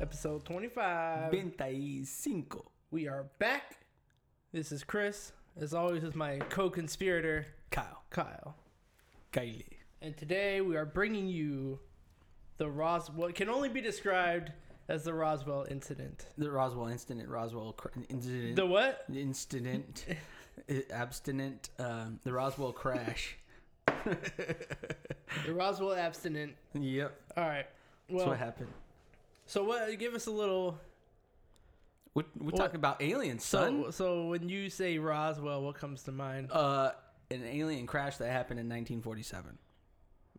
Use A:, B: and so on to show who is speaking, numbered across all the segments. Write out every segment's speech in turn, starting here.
A: episode 25.
B: 25.
A: We are back. This is Chris. As always, with my co conspirator,
B: Kyle.
A: Kyle.
B: Kylie.
A: And today we are bringing you the Roswell, what can only be described as the Roswell incident.
B: The Roswell incident. Roswell cr- incident.
A: The what?
B: incident. i- abstinent. Um, the Roswell crash.
A: The Roswell abstinent.
B: yep. That's
A: All right. Well,
B: what happened.
A: so what? Give us a little.
B: We're, we're talking about aliens, son.
A: So, so when you say Roswell, what comes to mind?
B: uh, an alien crash that happened in 1947.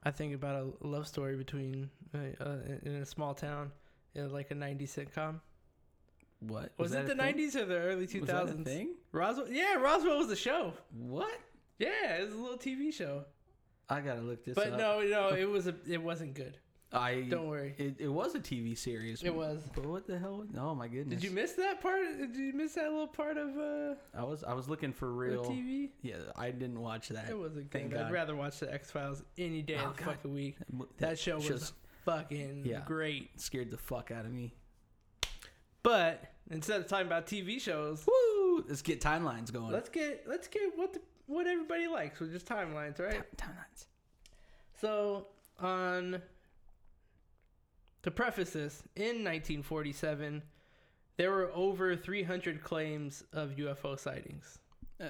A: I think about a love story between uh, uh, in in a small town, uh, like a '90s sitcom.
B: What?
A: Was, it
B: that
A: the
B: a thing?
A: '90s or the early 2000s?
B: Was that a thing?
A: Roswell, yeah, Roswell was the show.
B: What?
A: Yeah, it was a little TV show.
B: I gotta look this
A: But
B: up.
A: no, no, it was a, it wasn't good.
B: I
A: Don't worry.
B: It, it was a TV series.
A: It was.
B: But what the hell? Oh my goodness!
A: Did you miss that part? Did you miss that little part of uh,
B: I was I was looking for
A: the
B: real.
A: TV?
B: Yeah, I didn't watch that.
A: It wasn't
B: Thank
A: good. I'd
B: God.
A: rather watch the X Files any day
B: Oh,
A: of the
B: God.
A: fucking week.
B: mo-
A: That show was
B: just
A: fucking
B: Yeah.
A: great.
B: scared the fuck out of me.
A: But instead of talking about TV shows,
B: Woo! Let's get timelines going.
A: let's get let's get what the, what everybody likes, which is timelines, right?
B: Time- timelines.
A: So, on to preface this, in 1947, there were over 300 claims of UFO sightings,
B: Uh,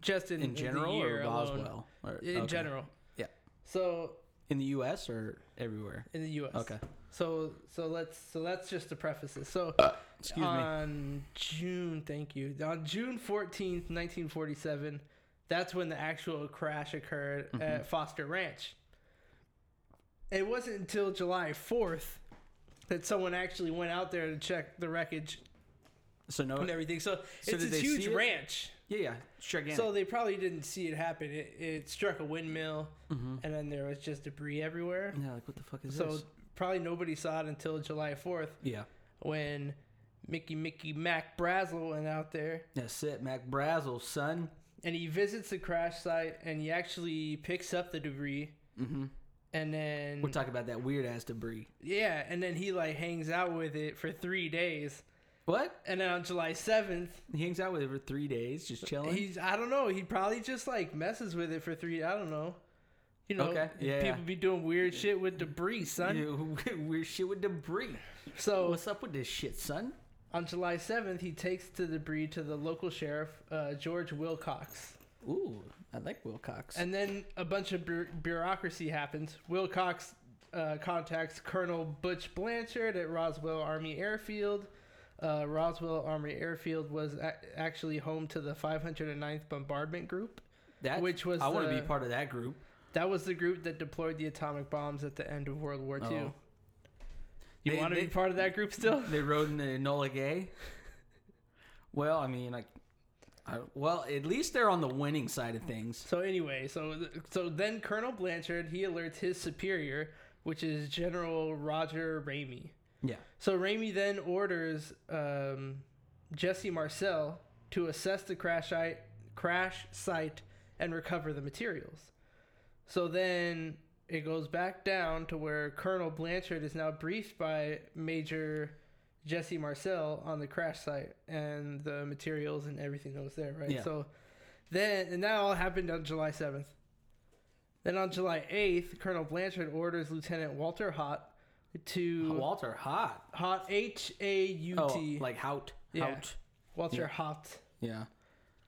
A: just in,
B: in,
A: the
B: general or
A: year alone.
B: Roswell? Or,
A: In
B: okay.
A: general,
B: Yeah.
A: So
B: In the U.S. or everywhere?
A: in the U.S.
B: Okay.
A: So so let's so that's just to preface this. So
B: Excuse me.
A: on June, thank you. On June 14th, 1947, that's when the actual crash occurred
B: Mm-hmm.
A: at Foster Ranch. It wasn't until July 4th that someone actually went out there to check the wreckage
B: So no.
A: and everything. So,
B: So
A: it's
B: did
A: a
B: they
A: huge
B: see it?
A: ranch.
B: Yeah, yeah. It's gigantic.
A: So they probably didn't see it happen. It, it struck a windmill
B: Mm-hmm.
A: and then there was just debris everywhere.
B: yeah, like what the fuck is
A: So
B: this?
A: probably nobody saw it until July 4th
B: Yeah.
A: when Mickey Mickey Mac Brazel went out there
B: That's it, Mac Brazel, son.
A: and he visits the crash site and he actually picks up the debris
B: Mm-hmm.
A: and then
B: We're talking about that weird ass debris.
A: yeah and then he like hangs out with it for three days
B: What?
A: and then on july 7th
B: He hangs out with it for three days, just chilling.
A: he's i don't know he probably just like messes with it for three i don't know you know
B: Okay, yeah,
A: people
B: yeah.
A: be doing weird shit with debris son
B: Yeah, weird shit with debris.
A: so
B: What's up with this shit, son?
A: on july 7th he takes the debris to the local sheriff uh, george wilcox
B: Ooh, I like Wilcox.
A: And then a bunch of bu- bureaucracy happens. Wilcox uh, contacts Colonel Butch Blanchard at Roswell Army Airfield. Uh, Roswell Army Airfield was a- actually home to the 509th Bombardment Group.
B: that
A: which was
B: I want to
A: the-
B: be part of that group.
A: That was the group that deployed the atomic bombs at the end of World War II.
B: Oh.
A: You
B: They-
A: want to
B: they-
A: be part of that group still?
B: They rode in the Enola Gay. Well, I mean, like, I, well, at least they're on the winning side of things.
A: So anyway, so so then Colonel Blanchard he alerts his superior, which is General Roger Ramey.
B: Yeah.
A: So Raimi then orders um, Jesse Marcel to assess the crash site, crash site and recover the materials. So then it goes back down to where Colonel Blanchard is now briefed by Major Jesse Marcel on the crash site and the materials and everything that was there, right?
B: Yeah.
A: So then, and that all happened on July 7th. Then on July 8th, Colonel Blanchard orders Lieutenant Walter Hott to
B: Mm-hmm. Walter Hot.
A: Hot H A U
B: Oh,
A: T.
B: like Hout.
A: Yeah.
B: Hout.
A: Walter Hot
B: Yeah.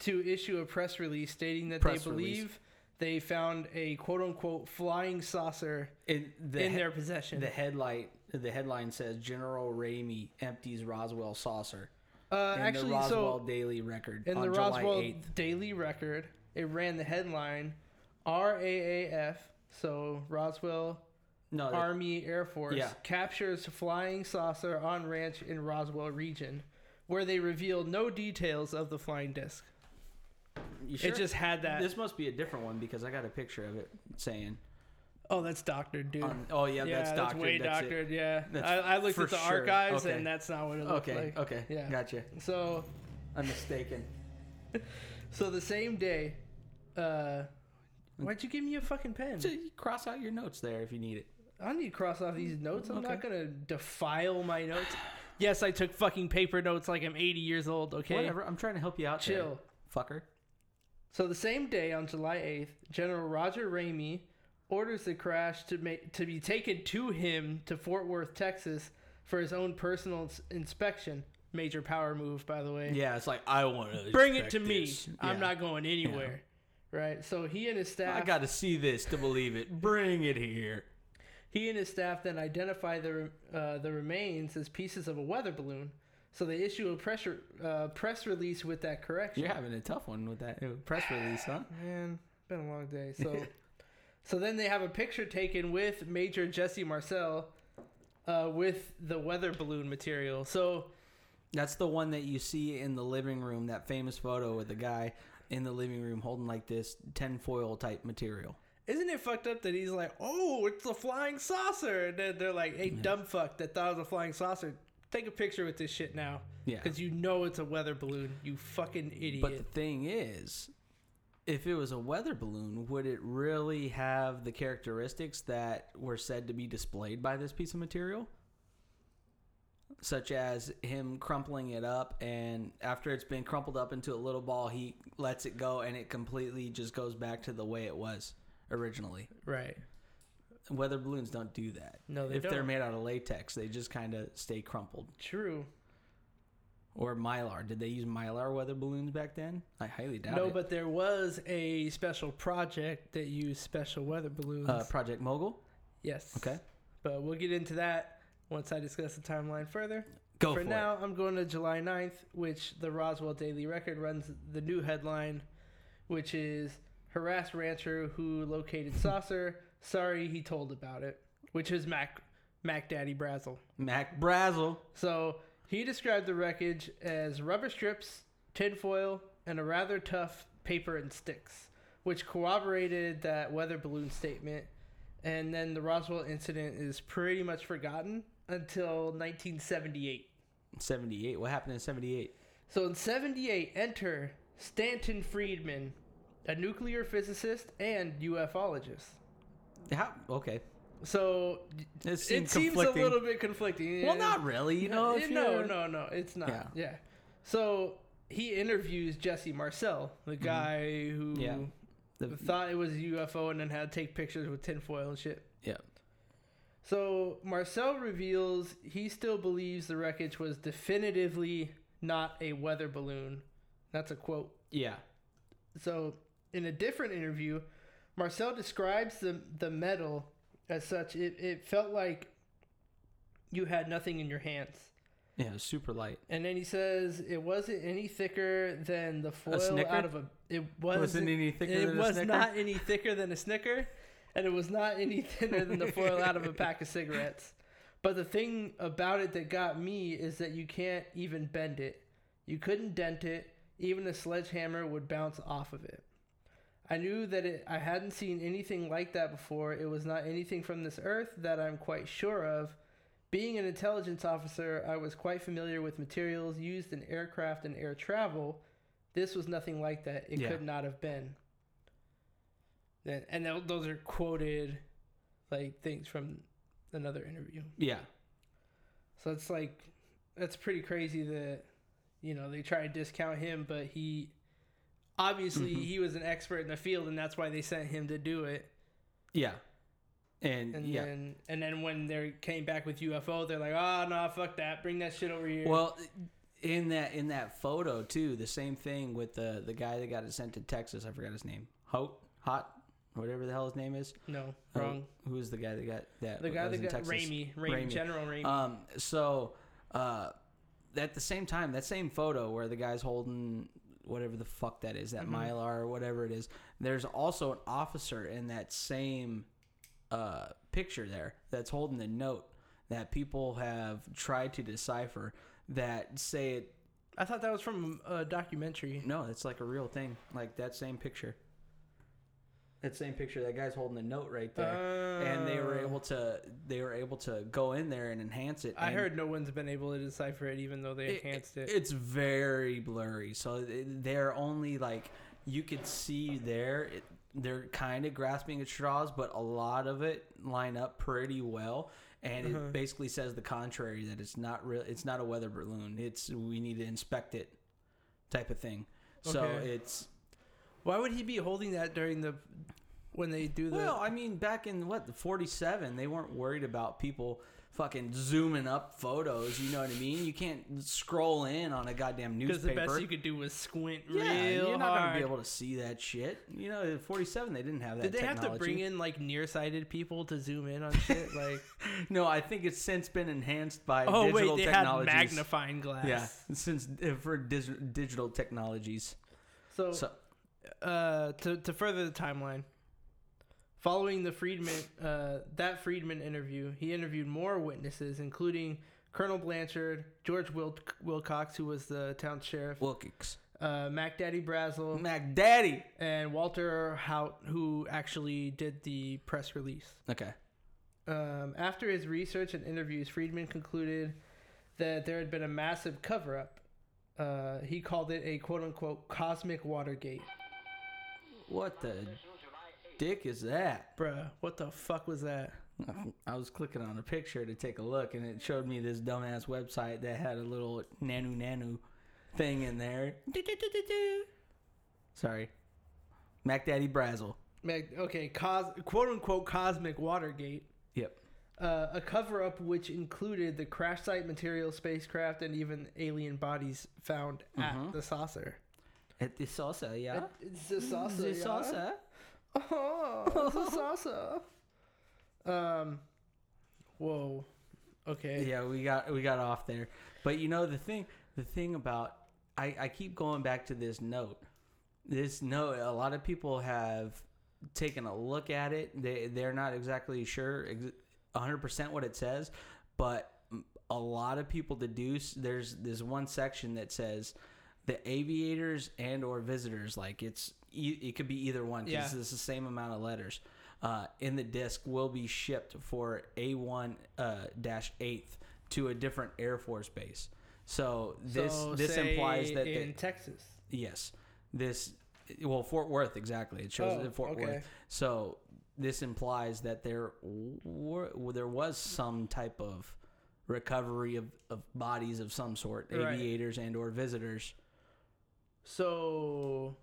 A: to issue a press release stating that
B: Press
A: they
B: release.
A: believe they found a quote unquote flying saucer
B: In the
A: in
B: he-
A: their possession.
B: the headlight. The headline says General Ramey empties Roswell saucer.
A: uh,
B: In
A: actually,
B: the Roswell
A: so
B: Daily Record
A: in
B: on
A: the
B: July
A: Roswell
B: 8th.
A: Daily Record, it ran the headline RAAF, so Roswell
B: No, that-
A: Army Air Force,
B: Uh, Yeah.
A: captures flying saucer on ranch in Roswell region, where they revealed no details of the flying disc.
B: you sure?
A: It just had that.
B: This must be a different one because I got a picture of it saying.
A: oh, that's doctored, dude.
B: on- oh yeah, that's doctor.
A: way
B: that's it.
A: doctored. Yeah,
B: That's
A: I, I looked
B: for
A: at the
B: sure.
A: archives,
B: Okay.
A: and that's not what it looked
B: Okay,
A: like.
B: okay,
A: Yeah.
B: gotcha.
A: So,
B: I'm mistaken.
A: so the same day, uh, why'd you give me a fucking pen?
B: So you cross out your notes there if you need it.
A: I need to cross off these notes. I'm
B: Okay.
A: not gonna defile my notes. Yes, I took fucking paper notes like I'm 80 years old, okay?
B: Whatever. I'm trying to help you out. there,
A: Chill.
B: fucker.
A: So the same day on July 8th, General Roger Ramey orders the crash to make to be taken to him to Fort Worth, Texas for his own personal ins- inspection. Major power move, by the way.
B: Yeah, it's like I want to
A: Bring it to me. I'm not going anywhere. Right? So he and his staff
B: I got to see this to believe it. Bring it here.
A: He and his staff then identify the uh, the remains as pieces of a weather balloon, so they issue a pressure uh, press release with that correction.
B: You're having a tough one with that uh, press release, huh?
A: man, been a long day. So, so then they have a picture taken with Major Jesse Marcel, uh, with the weather balloon material. So
B: That's the one that you see in the living room. That famous photo with the guy in the living room holding like this tinfoil type material.
A: isn't it fucked up that he's like, oh, it's a flying saucer, and then they're like, hey, dumb fuck, that thought it was a flying saucer. Take a picture with this shit now,
B: Yeah.
A: because you know it's a weather balloon. You fucking idiot.
B: But the thing is, if it was a weather balloon, would it really have the characteristics that were said to be displayed by this piece of material? Such as him crumpling it up, and after it's been crumpled up into a little ball, he lets it go and it completely just goes back to the way it was originally.
A: right.
B: Weather balloons don't do that.
A: No, they
B: if they're
A: don't.
B: made out of latex, they just kind of stay crumpled.
A: True.
B: Or mylar. Did they use mylar weather balloons back then? I highly doubt
A: no,
B: it.
A: but there was a special project that used special weather balloons.
B: uh, Project Mogul.
A: yes.
B: Okay.
A: But we'll get into that once I discuss the timeline further.
B: Go
A: for
B: for it.
A: now, I'm going to July 9th, which the Roswell Daily Record runs the new headline, which is Harassed Rancher Who Located Saucer. Sorry he told about it, which is Mac, Mac Daddy Brazel.
B: Mac Brazel.
A: So he described the wreckage as rubber strips, tinfoil, and a rather tough paper and sticks, which corroborated that weather balloon statement. And then the Roswell incident is pretty much forgotten until 1978.
B: 78. What happened in 78?
A: So in 78, enter Stanton Friedman, a nuclear physicist and ufologist.
B: How? Okay.
A: So
B: It
A: it,
B: seems
A: seems a
B: conflicting.
A: little bit conflicting.
B: Well,
A: Yeah.
B: not really. You know, if
A: Yeah, Eh, no,
B: you're-
A: no, no, it's not.
B: Yeah.
A: Yeah. So he interviews Jesse Marcel, the guy who
B: Mm-hmm. Yeah. The-
A: thought it was a UFO and then had to take pictures with tinfoil and shit.
B: yeah.
A: So Marcel reveals he still believes the wreckage was definitively not a weather balloon. That's a quote.
B: Yeah.
A: So, in a different interview, Marcel describes the the metal as such. It, it felt like you had nothing in your hands.
B: Yeah. it was Super light.
A: And then he says it wasn't any thicker than the foil
B: Snicker? Oh,
A: out of a. It wasn't,
B: Wasn't any thicker
A: It
B: than a
A: was
B: Snicker?
A: not any thicker than a Snicker, and it was not any thinner than the foil out of a pack of cigarettes. But the thing about it that got me is that you can't even bend it. You couldn't dent it. Even a sledgehammer would bounce off of it. I knew that it, I hadn't seen anything like that before. It was not anything from this earth that I'm quite sure of. Being an intelligence officer, I was quite familiar with materials used in aircraft and air travel. This was nothing like that. It
B: Yeah.
A: could not have been. And, and tho- those are quoted, like things from another interview.
B: Yeah.
A: So it's like that's pretty crazy that you know they try to discount him, but he obviously
B: Mm-hmm.
A: he was an expert in the field, and that's why they sent him to do it.
B: Yeah. And,
A: And
B: yeah.
A: then and then when they came back with UFO, they're like, oh no, fuck that, bring that shit over here.
B: Well, in that in that photo too, the same thing with the the guy that got it sent to Texas. I forgot his name. Hot, hot, whatever the hell his name is.
A: no,
B: Oh,
A: wrong.
B: Who was the guy that got that?
A: The guy
B: was
A: that
B: in
A: got
B: Texas?
A: Ramey, Ramey,
B: Ramey.
A: General Ramey.
B: Um, so uh, at the same time, that same photo where the guy's holding whatever the fuck that is,
A: Mm-hmm.
B: that mylar or whatever it is, there's also an officer in that same uh, picture there that's holding the note that people have tried to decipher that say it.
A: I thought that was from a documentary.
B: No, it's like a real thing, like that same picture. That same picture, that guy's holding the note right there, and they were
A: Oh.
B: able to they were able to go in there and enhance it.
A: I
B: and-
A: heard no one's been able to decipher it, even though they enhanced it.
B: It's very blurry. So th- they're only like you could see there. It, they're kind of grasping at straws, but a lot of it line up pretty well. and
A: Uh-huh.
B: it basically says the contrary that it's not real. It's not a weather balloon. It's we need to inspect it, type of thing. So
A: Okay.
B: it's
A: Why would he be holding that during the when they do the?
B: well, I mean, back in what the '47, they weren't worried about people fucking zooming up photos. You know what I mean? You can't scroll in on a goddamn
A: because the
B: newspaper.
A: best you could do was squint
B: yeah,
A: real
B: you're not gonna
A: hard.
B: be able to see that shit. You know, in '47 they didn't have that.
A: Did they have to
B: technology.
A: bring in like nearsighted people to zoom in on shit? Like,
B: No, I think it's since been enhanced by
A: oh
B: digital
A: wait, they had
B: technologies.
A: magnifying glass.
B: yeah, since uh, for dis- digital technologies.
A: So,
B: So
A: uh, to to further the timeline, following the Friedman uh, that Friedman interview, he interviewed more witnesses, including Colonel Blanchard, George Wil- Wilcox, who was the town sheriff,
B: Wilkins,
A: uh, Mac Daddy Brazel,
B: Mac Daddy.
A: and Walter Hout, who actually did the press release.
B: Okay.
A: Um, after his research and interviews, Friedman concluded that there had been a massive cover up. Uh, he called it a quote unquote cosmic Watergate.
B: What the dick is that?
A: Bruh, what the fuck was that?
B: I was clicking on a picture to take a look, and it showed me this dumbass website that had a little nanu nanu thing in there. Do-do-do-do-do. Sorry, Mac Daddy Brazel.
A: Meg, okay, cos- quote unquote cosmic Watergate.
B: Yep.
A: Uh, a cover up which included the crash site material, spacecraft, and even alien bodies found at the saucer.
B: At the salsa, yeah.
A: It- It's Mm, the saucer.
B: the
A: yeah?
B: salsa.
A: Oh, this is awesome. Um, whoa. Okay.
B: Yeah, we got we got off there. But you know the thing the thing about I, I keep going back to this note. This note a lot of people have taken a look at it. They they're not exactly sure ex- 100% what it says, but a lot of people deduce there's this one section that says the aviators and or visitors like it's e- it could be either one
A: Yeah.
B: because it's the same amount of letters uh, in the disc will be shipped for a1 uh, dash 8th to a different air force base so this
A: So,
B: this
A: say
B: implies that
A: in
B: they,
A: Texas.
B: Yes. This, well, Fort Worth, exactly. It shows
A: Oh,
B: it in Fort
A: okay.
B: Worth. So this implies that there were, well, there was some type of recovery of, of bodies of some sort,
A: Right.
B: aviators and or visitors.
A: So,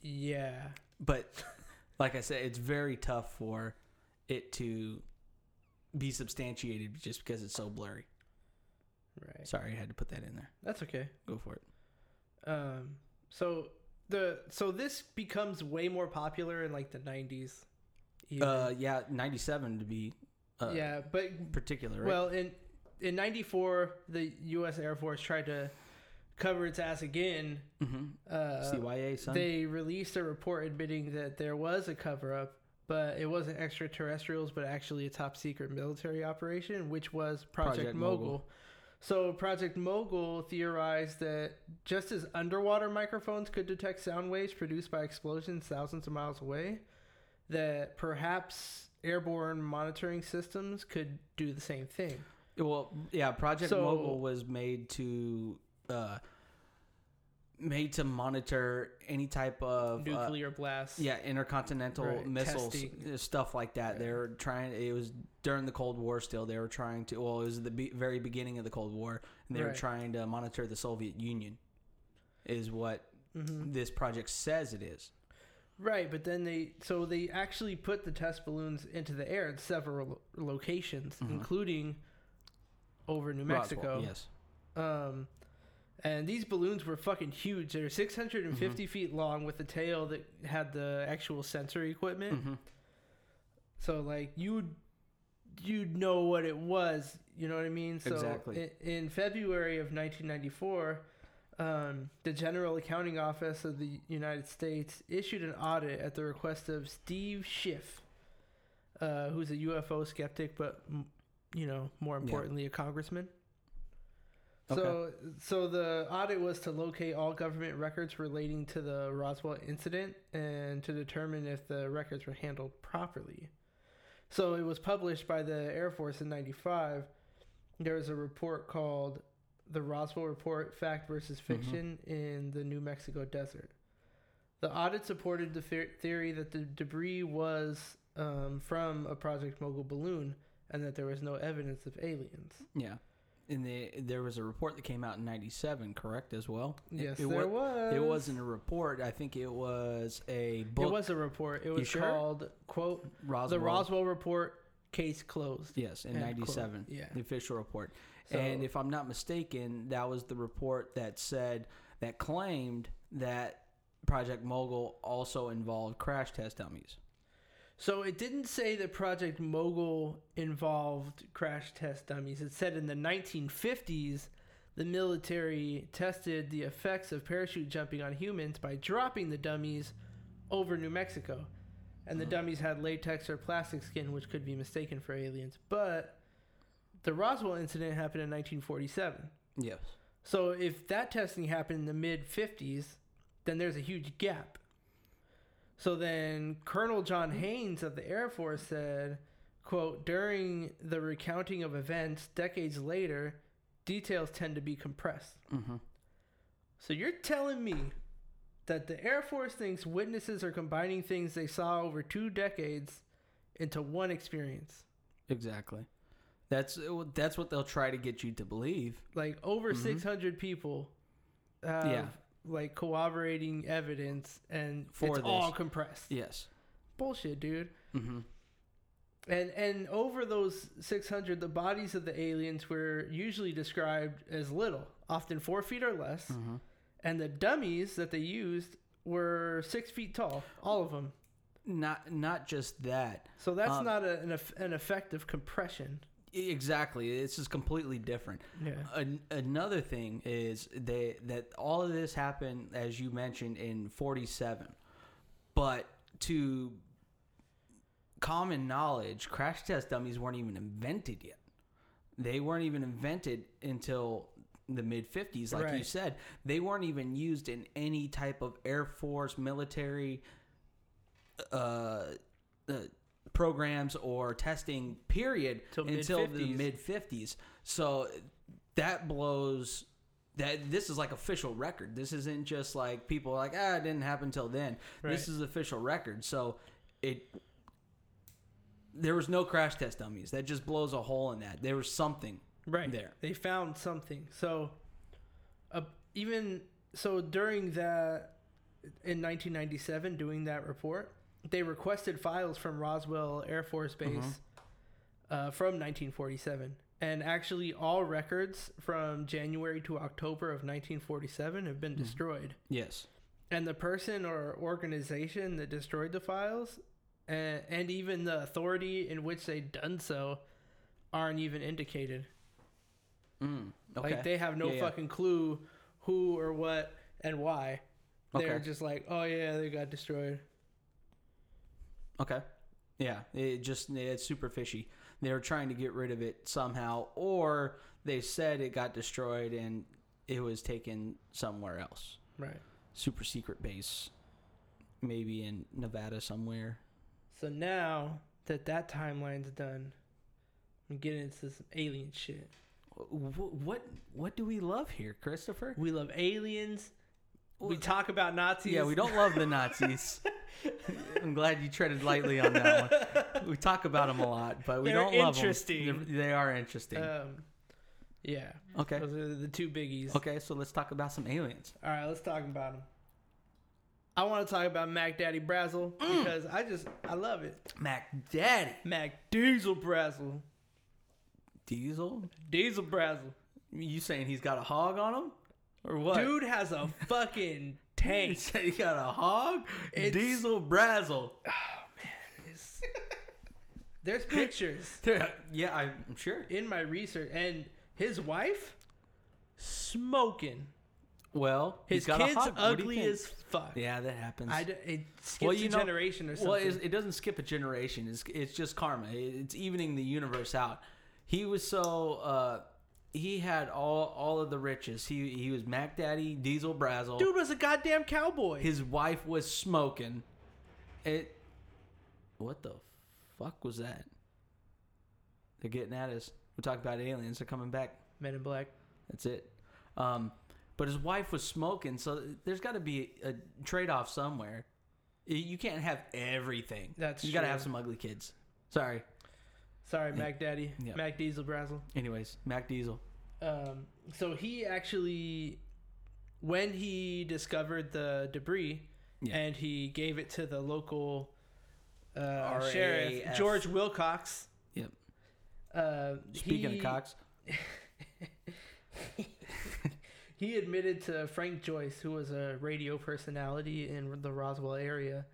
A: yeah.
B: But like I said, it's very tough for it to be substantiated just because it's so blurry.
A: Right.
B: Sorry, I had to put that in there.
A: That's okay.
B: Go for it.
A: Um, so the so this becomes way more popular in like the 90s. even.
B: Uh, yeah, 97 to be uh,
A: yeah, but
B: particular, right?
A: well, in in 94 the US Air Force tried to cover its ass again.
B: hmm
A: Uh,
B: CYA, son.
A: They released a report admitting that there was a cover up, but it wasn't extraterrestrials, but actually a top secret military operation, which was Project,
B: Project
A: Mogul.
B: Mogul.
A: So Project Mogul theorized that just as underwater microphones could detect sound waves produced by explosions thousands of miles away, that perhaps airborne monitoring systems could do the same thing.
B: Well, yeah, Project
A: So-
B: Mogul was made to uh, made to monitor any type of uh,
A: Nuclear blasts.
B: yeah intercontinental
A: Right,
B: missiles
A: testing.
B: uh, stuff like that.
A: Right.
B: They were trying. It was during the Cold War. Still, they were trying to. Well, it was the be- very beginning of the Cold War, and they were
A: Right.
B: trying to monitor the Soviet Union. Is what
A: Mhm.
B: this project says it is.
A: Right, but then they so they actually put the test balloons into the air at several lo- locations, including over New Mexico.
B: Roswell, yes.
A: Um, and these balloons were fucking huge. They're 650 feet long with a tail that had the actual sensory equipment.
B: Mhm.
A: So like you, you'd know what it was. You know what I mean? So
B: Exactly.
A: i- In, February of 1994, um, the General Accounting Office of the United States issued an audit at the request of Steve Schiff, uh, who's a UFO skeptic, but m- you know more
B: Yeah.
A: importantly a congressman.
B: Okay.
A: So, so the audit was to locate all government records relating to the Roswell incident and to determine if the records were handled properly. So it was published by the Air Force in '95. There was a report called "The Roswell Report: Fact versus
B: Mm-hmm.
A: Fiction in the New Mexico Desert." The audit supported the ther- theory that the debris was um, from a Project Mogul balloon, and that there was no evidence of aliens.
B: Yeah. And the, there was a report that came out in 97, correct, as well?
A: Yes,
B: it, it
A: there
B: wa-
A: was.
B: It wasn't a report. I think it was a book.
A: Uh, It was a report. It was
B: sure?
A: called quote
B: Roswell.
A: the Roswell report case closed.
B: Yes, in
A: End quote.
B: '97.
A: Yeah.
B: The official report.
A: So-
B: and if I'm not mistaken, that was the report that said, that claimed that Project Mogul also involved crash test dummies.
A: So it didn't say that Project Mogul involved crash test dummies. It said in the 1950s, the military tested the effects of parachute jumping on humans by dropping the dummies over New Mexico. And the dummies had latex or plastic skin, which could be mistaken for aliens. But the Roswell incident happened in 1947.
B: Yes.
A: So if that testing happened in the mid 50s, then there's a huge gap. So then Colonel John Haynes of the Air Force said, quote, during the recounting of events decades later, details tend to be compressed.
B: Mm-hmm.
A: So you're telling me that the Air Force thinks witnesses are combining things they saw over two decades into one experience.
B: Exactly. That's that's what they'll try to get you to believe.
A: Like over 600 people have
B: Mm-hmm. Yeah.
A: like corroborating evidence and
B: For
A: it's
B: this.
A: all compressed.
B: Yes.
A: Bullshit, dude.
B: Mm-hmm.
A: And and over those 600, the bodies of the aliens were usually described as little, often four feet or less,
B: Mm-hmm.
A: and the dummies that they used were six feet tall, all of them.
B: Not not just that.
A: So that's
B: Um,
A: not a, an eff- an effect of compression.
B: E, Exactly. This is completely different.
A: Yeah.
B: An- another thing is they that all of this happened as you mentioned in 47 but to common knowledge crash test dummies weren't even invented yet they weren't even invented until the mid 50s like you
A: Right.
B: said they weren't even used in any type of air force military uh, uh programs or testing period
A: Till
B: until the
A: mid-fifties.
B: mid 50s so that blows that this is like official record this isn't just like people are like ah it didn't happen till then this
A: Right.
B: is official record so it there was no crash test dummies that just blows a hole in that there was something
A: Right.
B: there.
A: They found something. So, uh, even so, during that in 1997, doing that report, they requested files from Roswell Air Force Base uh, from 1947. And actually, all records from January to October of 1947 have been destroyed.
B: yes
A: And the person or organization that destroyed the files and, and even the authority in which they done so aren't even indicated.
B: mm, okay
A: Like they have no
B: Yeah, yeah.
A: fucking clue who or what and why. They're
B: Okay.
A: just like, oh yeah, they got destroyed.
B: okay yeah it just it's super fishy they were trying to get rid of it somehow or they said it got destroyed and it was taken somewhere else
A: Right.
B: super secret base, maybe in Nevada somewhere.
A: So now that that timeline's done, I'm getting into some alien shit.
B: What what, what do we love here, Christopher?
A: We love aliens. We
B: Well,
A: talk about Nazis.
B: Yeah, we don't love the Nazis. I'm glad you treaded lightly on that one. We talk about them a lot, but we
A: They're
B: don't love them.
A: interesting.
B: They're- They are interesting.
A: Um, yeah.
B: Uh, okay.
A: Those are the two biggies.
B: Okay, so let's talk about some aliens.
A: All right, let's talk about them. I want to talk about Mac Daddy Brazel
B: Mm.
A: because I just I love it.
B: Mac Daddy.
A: Mac Diesel Brazel,
B: Diesel?
A: Diesel Brazel.
B: You saying he's got a hog on him? Or what?
A: Dude has a fucking
B: You
A: tank.
B: say he got a hog? Diesel Brazel.
A: There's pictures
B: Yeah, I'm sure.
A: in my research, and his wife smoking.
B: Well,
A: His
B: he's got
A: kids
B: a hog. What do you
A: ugly
B: think?
A: as fuck.
B: Yeah, that happens.
A: I d- it skips
B: Well, you
A: a
B: know-
A: generation or something.
B: well, it's, it doesn't skip a generation. It's it's just karma. It- It's evening the universe out. He was so uh, he had all all of the riches. He he was Mac Daddy, Diesel Brazel.
A: Dude was a goddamn cowboy.
B: His wife was smoking. It. What the fuck was that? They're getting at us. We talked about aliens. They're coming back.
A: Men in Black.
B: That's it. Um, but his wife was smoking, so there's got to be a trade off somewhere. Y- You can't have everything.
A: That's
B: you got to
A: true.
B: have some ugly kids. Sorry.
A: Sorry, Mac Daddy,
B: Yeah.
A: Mac Diesel Brazzle.
B: Anyways, Mac Diesel.
A: Um, so he actually, when he discovered the debris,
B: Yeah.
A: and he gave it to the local uh,
B: RAF.
A: sheriff George Wilcox.
B: Yep.
A: Uh,
B: Speaking
A: he,
B: of Cox,
A: he admitted to Frank Joyce, who was a radio personality in the Roswell area,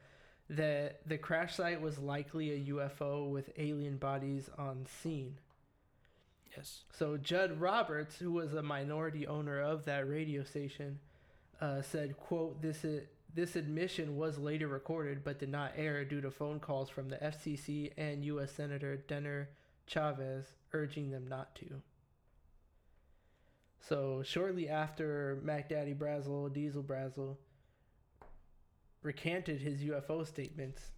A: that the crash site was likely a UFO with alien bodies on scene.
B: yes,
A: So Judd Roberts, who was a minority owner of that radio station, uh, said, "quote This i- this admission was later recorded but did not air due to phone calls from the FCC and U.S. Senator Denner Chavez urging them not to." So shortly after Mac Daddy Brazel, Diesel Brazel, recanted his UFO statements,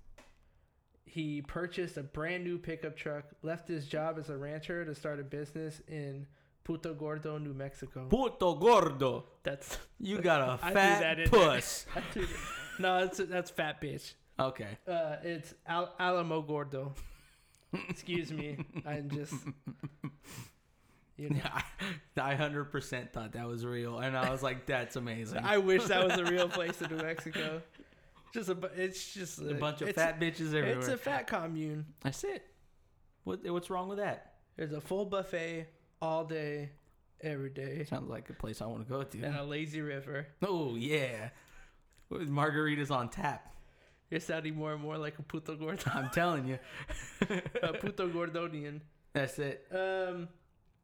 A: he purchased a brand new pickup truck, left his job as a rancher to start a business in Puto Gordo, New Mexico.
B: Puto Gordo.
A: That's
B: You got
A: I
B: a
A: threw
B: fat
A: that in there.
B: puss.
A: that's it. no, that's that's fat bitch.
B: Okay.
A: Uh, it's Al- Alamo Gordo. Excuse me, I'm just you know.
B: Yeah, I hundred percent thought that was real, and I was like, "That's amazing."
A: I wish that was a real place in New Mexico. Just a, bu- it's just
B: a bunch of
A: it's-
B: fat bitches everywhere.
A: It's a fat commune.
B: That's it. What, what's wrong with that?
A: There's a full buffet all day, every day,
B: Sounds like a place I want to go to.
A: and a lazy river.
B: Oh yeah, with margaritas on tap.
A: You're sounding more and more like a puto gordo,
B: I'm telling you,
A: a puto gordonian.
B: that's it.
A: Um,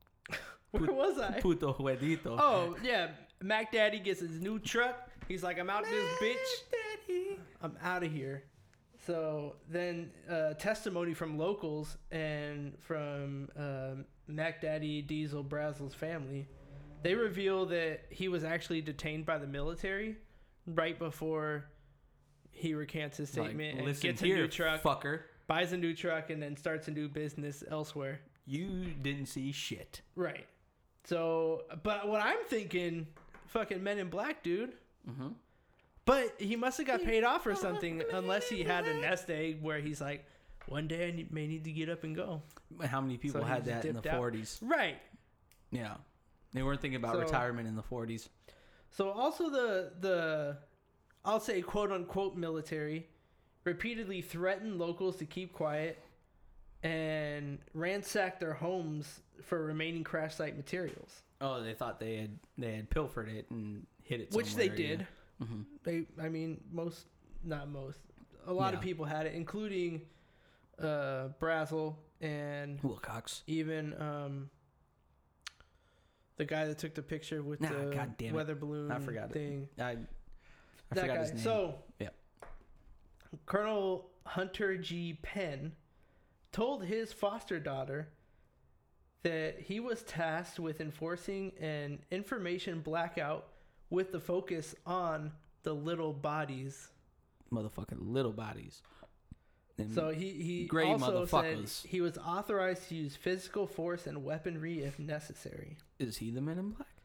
A: where
B: Put-
A: was I?
B: Puto jueguito.
A: Oh yeah, Mac Daddy gets his new truck. He's like, I'm out this bitch.
B: Daddy.
A: I'm out of here. So then, uh, testimony from locals and from um Mac Daddy Diesel Brazel's family, they reveal that he was actually detained by the military right before he recants his
B: Like,
A: statement and
B: listen
A: gets
B: here,
A: a new truck,
B: fucker.
A: buys a new truck, and then starts a new business elsewhere.
B: You didn't see shit.
A: Right. So, but what I'm thinking, fucking Men in Black, dude.
B: Mm-hmm.
A: But he must have got paid off or something, unless he had a nest egg where he's like, one day I ne- may need to get up and go.
B: How many people
A: So he
B: had
A: just
B: that in the
A: dipped out.
B: 40s?
A: Right.
B: Yeah, they weren't thinking about
A: So-
B: retirement in the 40s.
A: So also the the, I'll say quote unquote military, repeatedly threatened locals to keep quiet, and ransacked their homes for remaining crash site materials,
B: Oh, they thought they had they had pilfered it and hit it,
A: which they
B: somewhere, yeah.
A: did.
B: Mhm.
A: they i mean most not most a lot of
B: Yeah.
A: people had it including uh brazel and
B: Wilcox.
A: even um the guy that took the picture with
B: Nah,
A: the
B: God damn it.
A: weather balloon
B: I forgot it.
A: thing
B: I, I
A: that
B: forgot
A: guy
B: his name.
A: so
B: Yep.
A: colonel hunter g penn told his foster daughter that he was tasked with enforcing an information blackout with the focus on the little bodies
B: motherfucking little bodies. Them-
A: So he he
B: Gray
A: also said
B: motherfuckers.
A: he was authorized to use physical force and weaponry if necessary.
B: is he the Man in Black?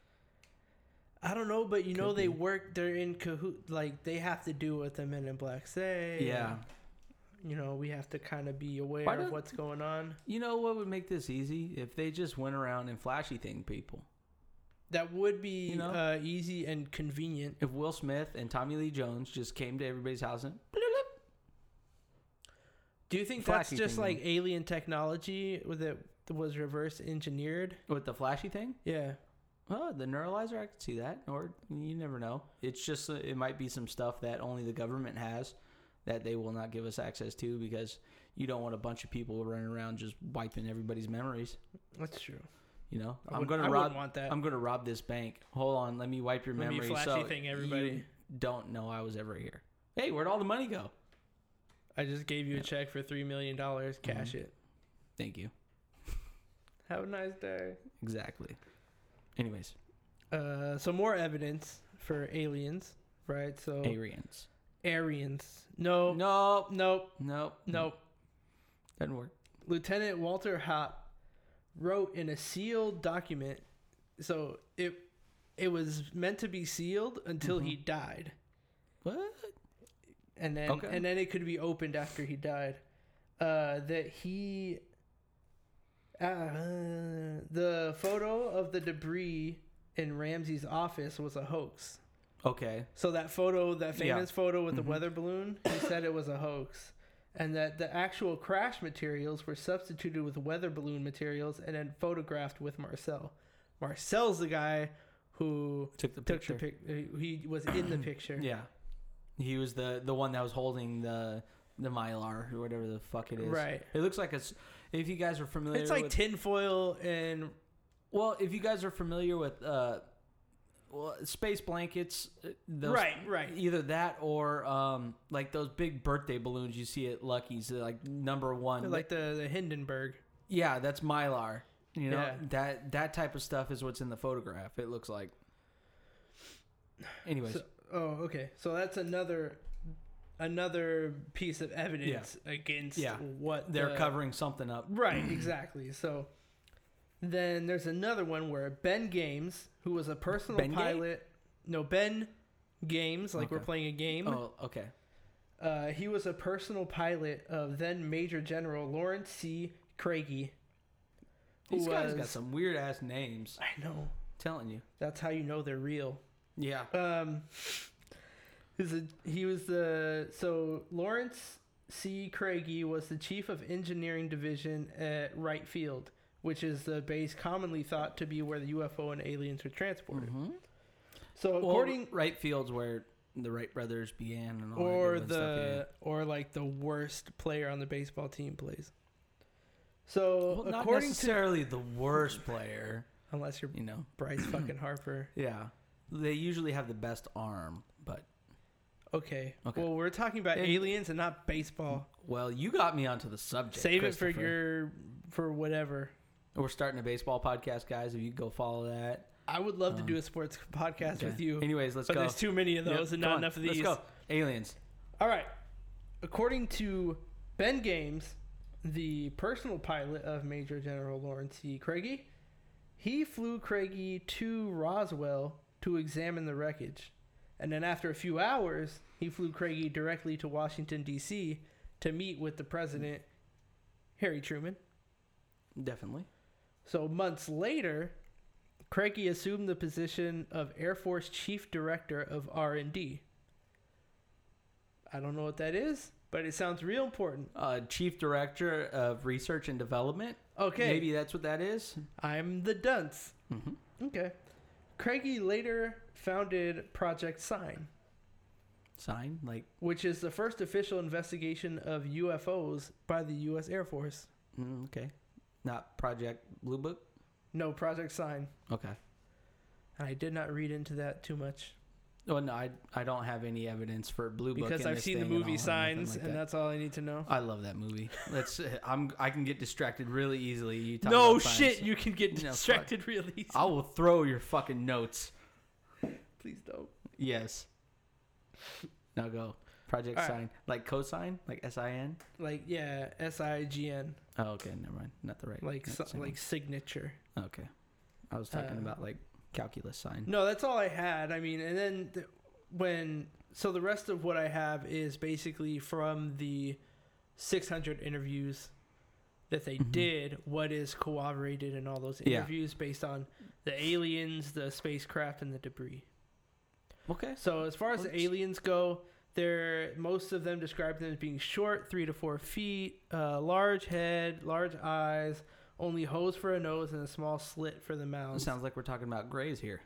A: I don't know, but you know
B: Could
A: they
B: be.
A: work. They're in cahoot. Like they have to do what the men in black say.
B: Yeah.
A: You know we have to kind of be aware
B: Why
A: of
B: don't-
A: what's going on.
B: You know what would make this easy if they just went around and flashy thing people.
A: That would be
B: You know?
A: uh, easy and convenient.
B: If Will Smith and Tommy Lee Jones just came to everybody's house and
A: Do you think
B: Flashy
A: that's just
B: thing,
A: like alien technology that was reverse engineered?
B: with the flashy thing,
A: Yeah.
B: oh, the neuralizer, I could see that. Or you never know. It's just uh, it might be some stuff that only the government has that they will not give us access to because you don't want a bunch of people running around just wiping everybody's memories.
A: That's true.
B: You know,
A: I
B: I'm
A: wouldn't-
B: gonna
A: I
B: rob.
A: wouldn't want that.
B: I'm gonna rob this bank. Hold on, let me wipe your
A: Let me
B: memory.
A: flashy
B: so
A: thing everybody.
B: you don't know I was ever here. Hey, where'd all the money go?
A: I just gave you
B: Yeah. Mm-hmm.
A: a check for three million dollars. Cash it.
B: Thank you.
A: Have a nice day.
B: Exactly. Anyways,
A: Uh, so more evidence for aliens, right? So
B: Arians.
A: Aryans. No, no,
B: Nope.
A: nope,
B: Nope.
A: nope.
B: Doesn't work.
A: Lieutenant Walter Hopp wrote in a sealed document. So it it was meant to be sealed until he died,
B: Mm-hmm. What?
A: and then
B: Okay.
A: and then it could be opened after he died. Uh, that he Uh, the photo of the debris in Ramsey's office was a hoax.
B: Okay.
A: So that photo, that
B: Yeah.
A: famous photo with the
B: Mhm.
A: weather balloon, he said it was a hoax, and that the actual crash materials were substituted with weather balloon materials and then photographed with Marcel. Marcel's the guy who
B: Took the
A: took
B: picture.
A: the pic. uh, He was in the picture.
B: Yeah. He was the the one that was holding the the mylar or whatever the fuck it is.
A: Right.
B: It looks like it's. If you guys are familiar,
A: It's like
B: with,
A: tinfoil and
B: well, if you guys are familiar with uh, well, space blankets, uh, those,
A: right, right.
B: Either that or um, like those big birthday balloons you see at Lucky's, they're like number one.
A: They're like the, the Hindenburg.
B: yeah, that's mylar. You know
A: Yeah.
B: that that type of stuff is what's in the photograph. It looks like. Anyways,
A: So- oh, okay. So that's another another piece of evidence against
B: Yeah.
A: what
B: they're
A: the-
B: covering something up.
A: Right, exactly. So then there's another one where Ben Games, who was a personal
B: Ben Ga-
A: pilot, no Ben Games, like we're
B: Okay.
A: playing a game.
B: Oh, okay.
A: Uh, he was a personal pilot of then Major General Lawrence C. Craigie. who
B: These guys got
A: was-
B: some weird ass names.
A: I know.
B: telling you.
A: That's how you know they're real.
B: Yeah.
A: Um, he's a, he was the so Lawrence C. Craigie was the chief of engineering division at Wright Field, which is the base commonly thought to be where the UFO and aliens were transported.
B: Mm-hmm.
A: So according
B: According right fields where the Wright brothers began and all
A: or
B: that good stuff, yeah.
A: the or like the worst player on the baseball team plays. So
B: well, not
A: according to
B: necessarily the worst player,
A: unless you're
B: you know.
A: Bryce fucking Harper.
B: Yeah. They usually have the best arm, but
A: Okay.
B: Okay.
A: Well, we're talking about
B: It-
A: aliens and not baseball.
B: well, you got me onto the subject.
A: Save it for
B: Christopher.
A: your for whatever.
B: We're starting a baseball podcast, guys. If you go follow that.
A: I would love to
B: Um,
A: do a sports podcast
B: Okay.
A: with you,
B: Anyways, let's
A: but
B: go.
A: there's too many of
B: Yep,
A: those and
B: come
A: not
B: on,
A: enough of these.
B: Let's go. Aliens.
A: All right. According to Ben Games, the personal pilot of Major General Lawrence E. Craigie, he flew Craigie to Roswell to examine the wreckage. And then after a few hours, he flew Craigie directly to Washington, D.C. to meet with the president, Harry Truman.
B: Definitely.
A: So months later, Craigie assumed the position of Air Force Chief Director of R&D. I don't know what that is, but it sounds real important.
B: Uh, Chief Director of Research and Development.
A: Okay,
B: Maybe that's what that is.
A: I'm the dunce.
B: Mhm.
A: Okay. Craigie later founded Project Sign,
B: Sign like
A: which is the first official investigation of UFOs by the U.S. Air Force.
B: Mm, okay. Not Project Blue Book?
A: No, Project Sign.
B: Okay.
A: I did not read into that too much
B: Well, no, I, I don't have any evidence for Blue Book.
A: because
B: in
A: I've
B: this
A: seen the
B: thing at all or
A: movie
B: anything
A: Signs,
B: like
A: and
B: that.
A: that's all I need to know.
B: I love that movie. Let's. I'm. I can get distracted really easily. You talk
A: no
B: about Signs.
A: shit, you can get
B: No, fuck.
A: distracted really easy.
B: I will throw your fucking notes.
A: Please don't.
B: Yes. Now go. Project
A: All right.
B: Sign, like cosine, like S I N.
A: Like yeah, S I G N,
B: Oh, okay. Never mind. Not the right.
A: like
B: not
A: so,
B: the same
A: like signature.
B: one. Okay. I was talking
A: uh,
B: about like calculus sign.
A: No, that's all I had. I mean, and then th- when so the rest of what I have is basically from the 600 interviews that they
B: Mhm.
A: did. What is corroborated in all those
B: Yeah.
A: interviews based on the aliens, the spacecraft, and the debris.
B: Okay.
A: So as far as the
B: Let's-
A: aliens go, they're most of them describe them as being short, three to four feet, uh, large head, large eyes, only hose for a nose, and a small slit for the
B: It
A: mouth.
B: sounds like we're talking about grays here.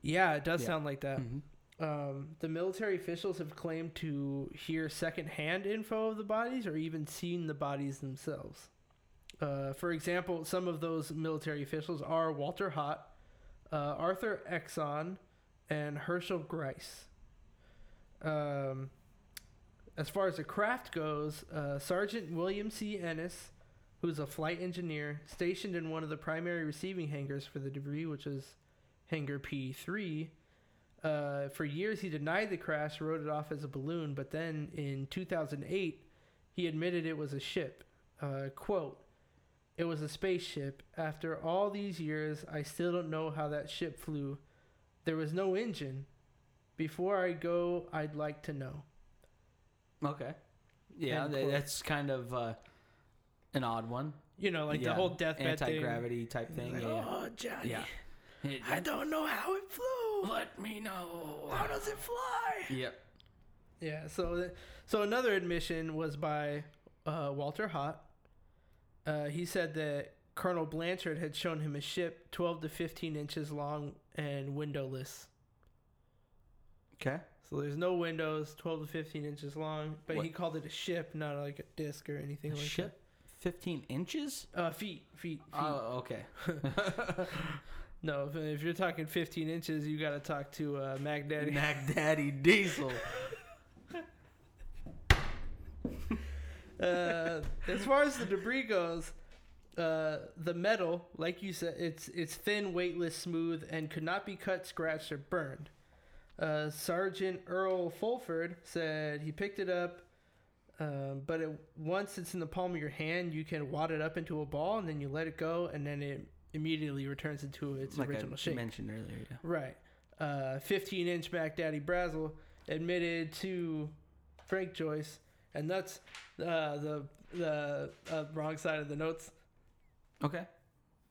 A: yeah, it does
B: Yeah.
A: sound like that.
B: Mhm.
A: Um, the military officials have claimed to hear secondhand info of the bodies or even seen the bodies themselves. Uh, for example, some of those military officials are Walter Hott, uh, Arthur Exon, and Herschel Grice. Um, as far as the craft goes, uh, Sergeant William C. Ennis, who's a flight engineer stationed in one of the primary receiving hangars for the debris, which is Hangar P3, uh, for years he denied the crash, wrote it off as a balloon, but then in 2008 he admitted it was a ship. Uh, quote, it was a spaceship. After all these years, I still don't know how that ship flew. There was no engine. Before I go, I'd like to know.
B: Okay. Yeah,
A: End
B: tha-
A: quote.
B: that's kind of uh, an odd one.
A: You know, like the
B: Yeah,
A: whole deathbed
B: anti
A: thing.
B: gravity type thing.
A: Like,
B: yeah, yeah.
A: Oh, Johnny.
B: Yeah.
A: I don't know how it flew.
B: Let me know.
A: How does it fly?
B: Yep.
A: Yeah, so th- so another admission was by uh, Walter Hott. Uh, he said that Colonel Blanchard had shown him a ship 12 to 15 inches long and windowless.
B: Okay.
A: So there's no windows, 12 to 15 inches long, but he
B: What?
A: called it a ship, not like a disc or anything like
B: Ship, fifteen inches.
A: that. Uh, feet, feet, feet.
B: Oh, okay.
A: no, if, if you're talking 15 inches, you got to talk to uh, Mac Daddy.
B: Mac Daddy Diesel.
A: uh, as far as the debris goes, uh, the metal, like you said, it's it's thin, weightless, smooth, and could not be cut, scratched, or burned. Uh, Sergeant Earl Fulford said he picked it up, um, but it, once it's in the palm of your hand, you can wad it up into a ball, and then you let it go, and then it immediately returns into its
B: like
A: original
B: I
A: shape.
B: mentioned earlier. Yeah.
A: Right. Uh, 15 inch Mac Daddy Brazel admitted to Frank Joyce, and that's uh, the the uh, wrong side of the notes.
B: Okay.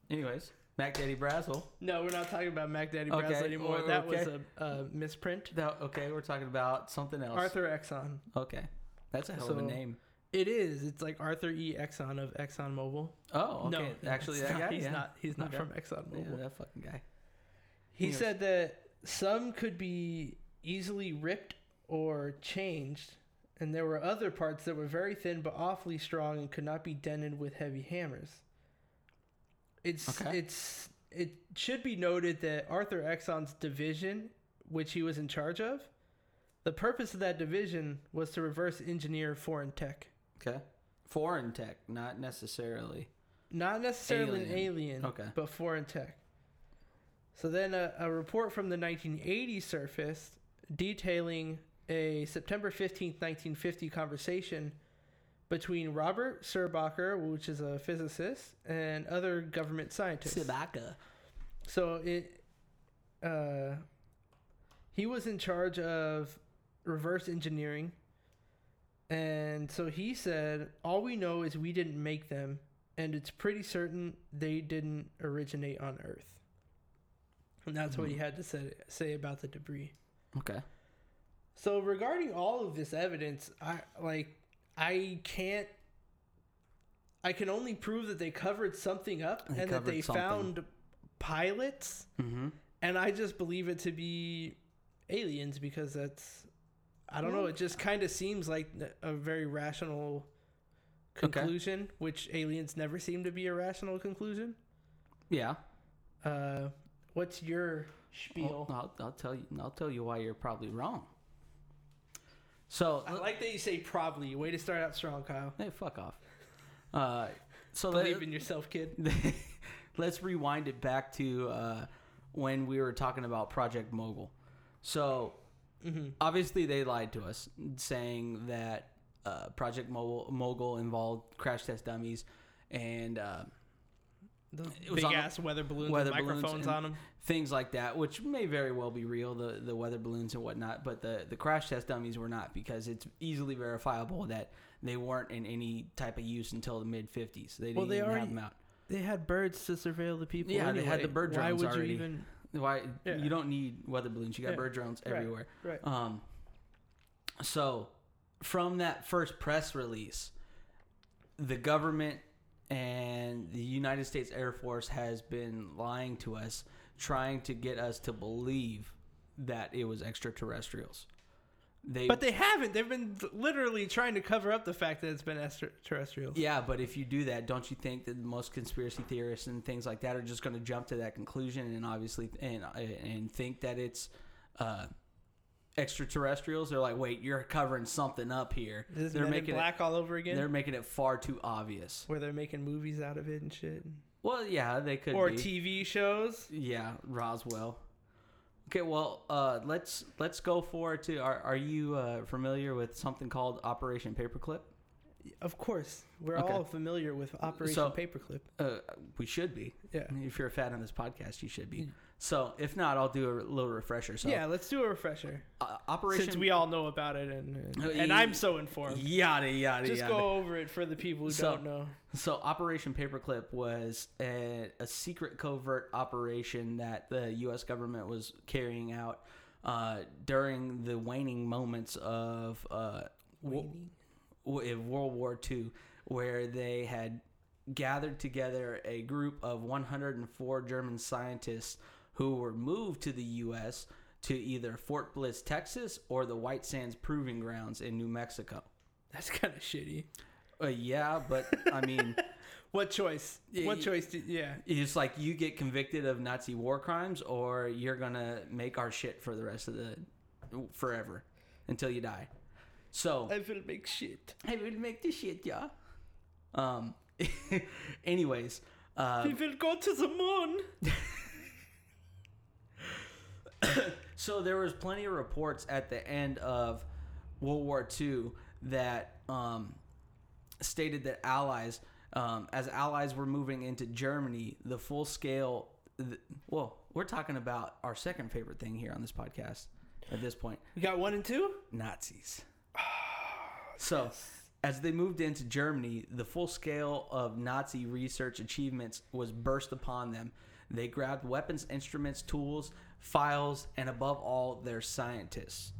B: Anyways, Mac Daddy Brazel.
A: No, we're not talking about Mac Daddy
B: Okay,
A: Brazel anymore.
B: or-
A: that
B: okay.
A: was a, a misprint.
B: That, okay, we're talking about something else.
A: Arthur Exxon.
B: Okay, that's a hell of
A: So-
B: a name.
A: It is. It's like Arthur E. Exxon of Exxon Mobil.
B: Oh, okay.
A: No,
B: Actually,
A: it's
B: that
A: not.
B: guy.
A: He's
B: yeah.
A: not. He's not
B: Okay.
A: from Exxon
B: Yeah,
A: Mobil.
B: that fucking guy.
A: He
B: Anyways.
A: said that some could be easily ripped or changed, and there were other parts that were very thin but awfully strong and could not be dented with heavy hammers. It's
B: Okay.
A: it's it should be noted that Arthur Exon's division, which he was in charge of, the purpose of that division was to reverse engineer foreign tech.
B: Okay. Foreign tech, not necessarily.
A: Not necessarily an
B: Alien.
A: alien,
B: Okay.
A: but foreign tech. So then a, a report from the 1980s surfaced detailing a September 15th, 1950 conversation between Robert Serbacher, which is a physicist, and other government scientists.
B: Sibaka.
A: So it, uh, he was in charge of reverse engineering, and so he said, "All we know is we didn't make them, and it's pretty certain they didn't originate on Earth." And that's what he
B: Hmm.
A: had to say, say about the debris.
B: Okay.
A: So regarding all of this evidence, I like I can't. I can only prove that they covered something up
B: They
A: and that
B: covered
A: they
B: something.
A: found pilots
B: Mm-hmm.
A: and I just believe it to be aliens because that's I don't know. It just kind of seems like a very rational
B: Okay.
A: conclusion, which aliens never seem to be a rational conclusion.
B: Yeah.
A: Uh, what's your
B: Well,
A: spiel?
B: I'll, I'll tell you. I'll tell you why you're probably wrong. So
A: I like that you say probably. Way to start out strong, Kyle.
B: hey, fuck off. Uh, so let,
A: Believe in yourself, kid.
B: let's rewind it back to uh, when we were talking about Project Mogul. So
A: Mm-hmm.
B: obviously they lied to us, saying that uh, Project Mogul, Mogul involved crash test dummies and uh,
A: The
B: was
A: big
B: on the-
A: ass weather balloons
B: weather
A: with
B: balloons
A: microphones
B: and-
A: on them.
B: things like that, which may very well be real, the the weather balloons and whatnot. But the the crash test dummies were not because it's easily verifiable that they weren't in any type of use until the mid '50s. They didn't
A: Well, they
B: even have
A: already-
B: them out.
A: They had birds to surveil the people.
B: Yeah, they had the bird
A: Why
B: drones
A: would
B: already.
A: you even?
B: Why
A: Yeah.
B: you don't need weather balloons? You got
A: Yeah.
B: bird drones
A: Right.
B: everywhere.
A: Right.
B: Um, so from that first press release, the government and the United States Air Force has been lying to us, trying to get us to believe that it was extraterrestrials. They,
A: But they haven't. They've been literally trying to cover up the fact that it's been astro- terrestrial.
B: yeah, but if you do that, don't you think that most conspiracy theorists and things like that are just going to jump to that conclusion and obviously and and think that it's uh, extraterrestrials? They're like, wait, you're covering something up here.
A: Is
B: they're
A: Men in
B: making it
A: black all over again,
B: They're making it far too obvious.
A: where they're making movies out of it and shit,
B: Well, yeah, they could
A: or
B: be.
A: TV shows.
B: yeah, Roswell. Okay, well, uh, let's let's go forward to. Are, are you uh, familiar with something called Operation Paperclip?
A: Of course, we're
B: Okay.
A: all familiar with Operation
B: So-
A: Paperclip.
B: Uh, we should be.
A: Yeah.
B: If you're a fan of this podcast, you should be.
A: Mm.
B: So if not, I'll do a little refresher. So
A: yeah, let's do a refresher
B: uh, Operation
A: since we all know about it and and,
B: Uh,
A: and
B: y-
A: I'm so informed.
B: yada yada
A: Just
B: yada.
A: go over it for the people who
B: So-
A: don't know.
B: So Operation Paperclip was a, a secret covert operation that the U.S. government was carrying out uh, during the waning moments of uh, wo- w- in World War II, where they had gathered together a group of 104 German scientists who were moved to the U.S. to either Fort Bliss, Texas, or the White Sands Proving Grounds in New Mexico.
A: That's kind of shitty.
B: Uh, yeah, but I mean.
A: What choice?
B: Yeah,
A: what
B: y-
A: choice? Did, yeah.
B: It's like you get convicted of Nazi war crimes, or you're gonna make our shit for the rest of the forever until you die. So
A: I will make shit.
B: I will make this shit, yeah. Um. anyways, uh,
A: we will go to the moon.
B: so there was plenty of reports at the end of World War II that um, stated that allies, um, as allies were moving into Germany, the full scale. Th- well, we're talking about our second favorite thing here on this podcast at this point
A: We got one and two.
B: Nazis. So, as they moved into Germany, the full scale of Nazi research achievements was burst upon them. They grabbed weapons, instruments, tools, files, and above all, their scientists.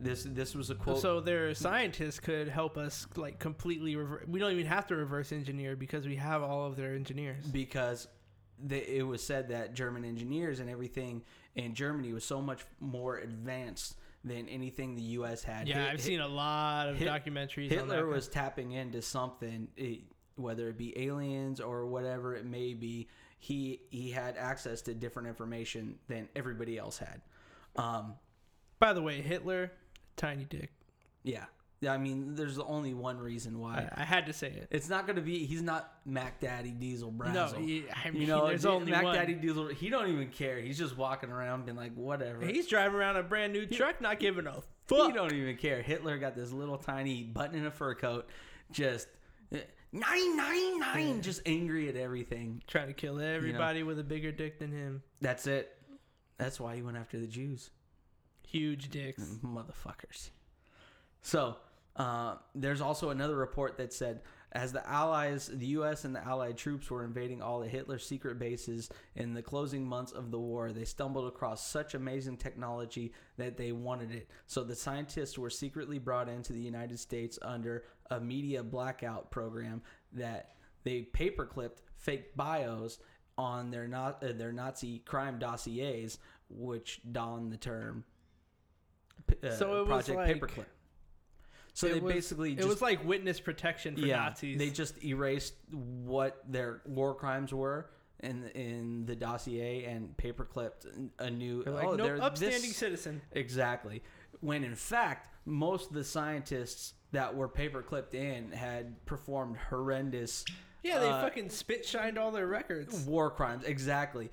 B: This this was a quote.
A: so their scientists could help us like completely. Rever- we don't even have to reverse engineer because we have all of their engineers.
B: because they, it was said that German engineers and everything in Germany was so much more advanced than anything the U.S. had.
A: Yeah,
B: Hit-
A: I've seen a lot of
B: Hit-
A: documentaries. on that
B: Hitler
A: kind-
B: was tapping into something, it, whether it be aliens or whatever it may be. He he had access to different information than everybody else had. Um,
A: By the way, Hitler, tiny dick.
B: yeah, I mean, there's only one reason why.
A: I, I had to say it.
B: It's not going to be. He's not Mac Daddy Diesel
A: No,
B: Brazel.
A: he- I mean,
B: you know,
A: there's
B: D-
A: only
B: Mac
A: one.
B: Daddy Diesel. He don't even care. He's just walking around being like, whatever.
A: He's driving around a brand new truck, not giving a
B: He
A: fuck.
B: don't even care. Hitler got this little tiny button in a fur coat, just eh, nine nine nine, just angry at everything.
A: Trying to kill everybody with a bigger dick than him.
B: That's it. That's why he went after the Jews,
A: Huge dicks.
B: Mm-hmm. motherfuckers. So uh, there's also another report that said, as the Allies, the U.S. and the Allied troops were invading all of Hitler's secret bases in the closing months of the war, they stumbled across such amazing technology that they wanted it. So the scientists were secretly brought into the United States under a media blackout program that they paperclipped fake bios on their not uh, their Nazi crime dossiers, which donned the term. p- Uh,
A: So it was
B: Project
A: like-
B: Paperclip. So
A: It
B: they
A: was-
B: basically
A: it
B: just
A: was like witness protection for Nazis.
B: they just erased what their war crimes were in in the dossier and paperclipped a new.
A: They're like,
B: oh,
A: no
B: they're
A: upstanding
B: this-
A: citizen.
B: Exactly. When in fact, most of the scientists that were paperclipped in had performed horrendous
A: Yeah, they
B: uh,
A: fucking spit shined all their records.
B: war crimes. Exactly.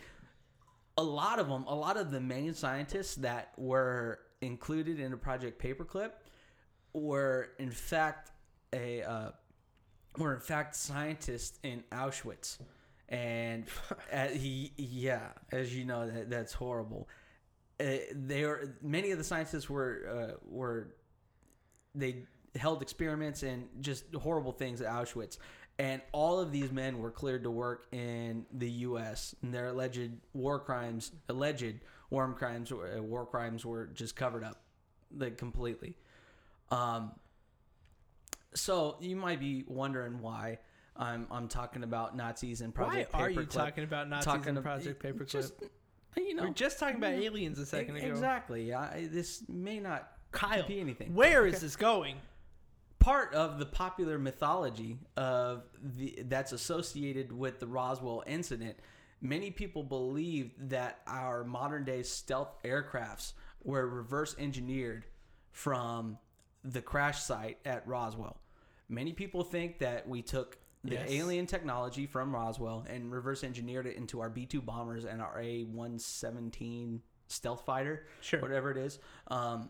B: A lot of them, a lot of the main scientists that were included in a Project Paperclip were in fact a uh, were in fact scientists in Auschwitz, and uh, he, yeah, as you know, that, that's horrible. Uh, they are many of the scientists were uh, were they held experiments and just horrible things at Auschwitz. And all of these men were cleared to work in the U.S. and their alleged war crimes, alleged war crimes, uh, war crimes were just covered up, like completely. Um, so you might be wondering why I'm I'm talking about Nazis and
A: Why
B: Project
A: are you
B: Paperclip.
A: talking about Nazis
B: Talking
A: and
B: ab-
A: Project Paperclip?
B: Just you
A: we
B: know,
A: are just talking about aliens a second
B: e-
A: ago.
B: exactly. I, this may not
A: Kyle,
B: be anything.
A: Where is this going?
B: part of the popular mythology of the that's associated with the Roswell incident. Many people believe that our modern day stealth aircrafts were reverse engineered from the crash site at Roswell. Many people think that we took the
A: Yes.
B: alien technology from Roswell and reverse engineered it into our B 2 bombers and our A 117 stealth fighter
A: Sure.
B: whatever it is. Um,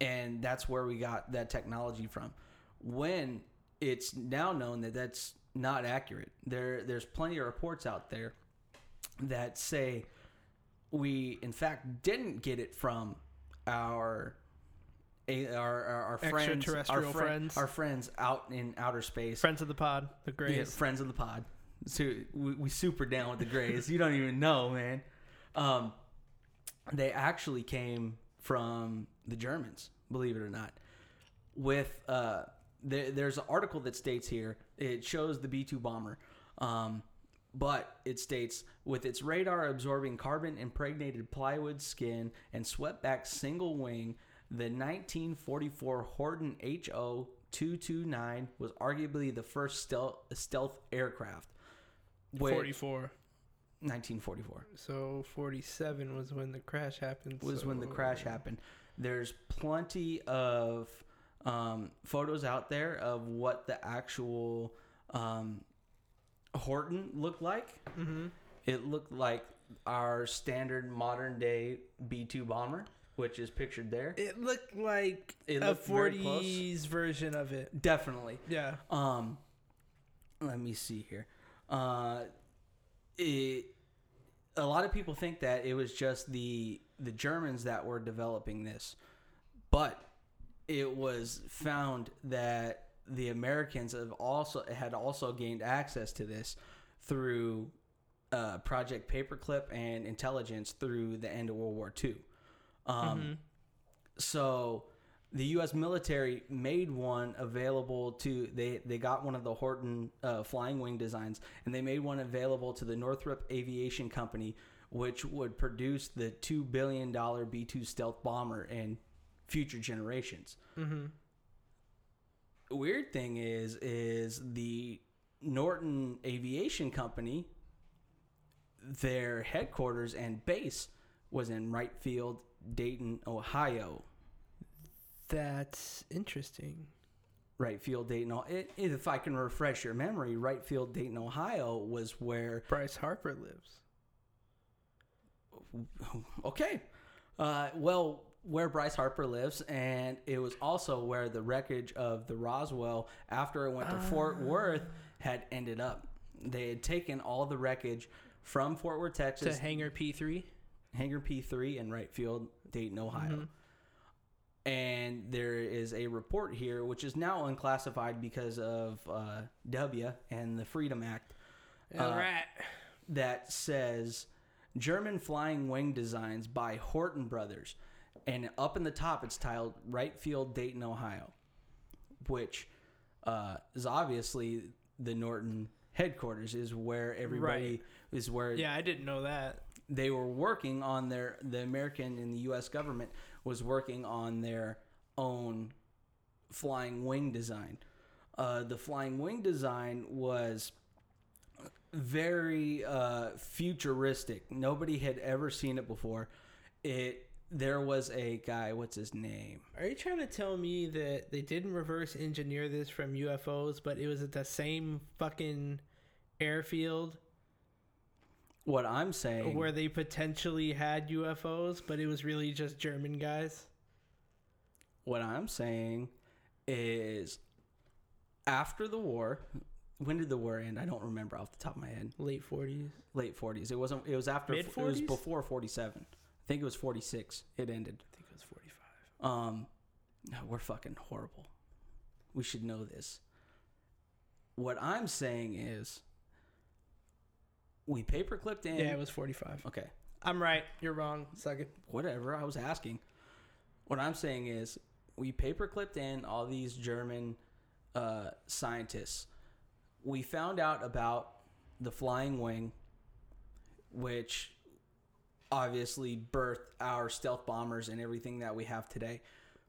B: and that's where we got that technology from. when it's now known that that's not accurate. There, there's plenty of reports out there that say we, in fact, didn't get it from our a- our our, our friends, our
A: Extraterrestrial
B: fri-
A: friends.
B: our friends out in outer space,
A: Friends of the pod, the
B: yeah,
A: Grays.
B: friends of the pod. So we, we super down with the Grays. you don't even know, man. Um, they actually came from the Germans, believe it or not. With uh, there, there's an article that states here. It shows the B two bomber, um, but it states with its radar absorbing carbon impregnated plywood skin and swept back single wing, the 1944 Horton HO. 229 was arguably the first stealth, stealth aircraft. With
A: 44.
B: 1944.
A: So 47 was when the crash happened.
B: was when the
A: so-
B: crash happened. There's plenty of um, photos out there of what the actual um, Horton looked like.
A: Mhm.
B: It looked like our standard modern day B 2 bomber, which is pictured there.
A: It looked like
B: It
A: a
B: looked very close.
A: 40s version of it.
B: Definitely.
A: Yeah.
B: Um, let me see here. Uh, it. A lot of people think that it was just the the Germans that were developing this, but it was found that the Americans have also had also gained access to this through uh, Project Paperclip and intelligence through the end of World War II. Um, so the U.S. military made one available to they they got one of the Horton uh, flying wing designs, and they made one available to the Northrop Aviation Company, which would produce the two billion dollar B two stealth bomber in future generations.
A: Mm-hmm.
B: Weird thing is is the Norton Aviation Company, their headquarters and base was in Wright Field, Dayton, Ohio.
A: That's interesting.
B: Right field Dayton. Oh- i- If I can refresh your memory, right field Dayton, Ohio was where.
A: Bryce Harper lives.
B: Okay, uh, well, where Bryce Harper lives, and it was also where the wreckage of the Roswell after it went to
A: Ah.
B: Fort Worth had ended up. They had taken all the wreckage from Fort Worth,
A: To
B: Texas,
A: Hangar P3.
B: Hangar P3 in right field, Dayton, Ohio. And there is a report here, which is now unclassified because of uh, W and the Freedom Act,
A: All
B: Uh,
A: right.
B: that says German flying wing designs by Horton Brothers. And up in the top, it's titled Right Field, Dayton, Ohio, which uh, is obviously the Norton headquarters, is where everybody is where
A: Yeah, I didn't know that.
B: they were working on their the American and the U.S. government was working on their own flying wing design. Uh, the flying wing design was very uh, futuristic. Nobody had ever seen it before. It there was a guy. What's his name?
A: Are you trying to tell me that they didn't reverse engineer this from UFOs, but it was at the same fucking airfield
B: What I'm saying.
A: where they potentially had UFOs, but it was really just German guys?
B: What I'm saying is, after the war, when did the war end? I don't remember off the top of my head.
A: Late 40s.
B: late forties. It wasn't. It was after.
A: Mid
B: It was
A: 40s?
B: before forty seven. I think it was forty six. It ended.
A: I think it was 45.
B: Um, no, we're fucking horrible. We should know this. What I'm saying is, we paperclipped in.
A: Yeah, it was 45.
B: okay,
A: I'm right. You're wrong. Suck it.
B: whatever. I was asking. What I'm saying is, we paperclipped in all these German uh, scientists. We found out about the flying wing, which obviously birthed our stealth bombers and everything that we have today.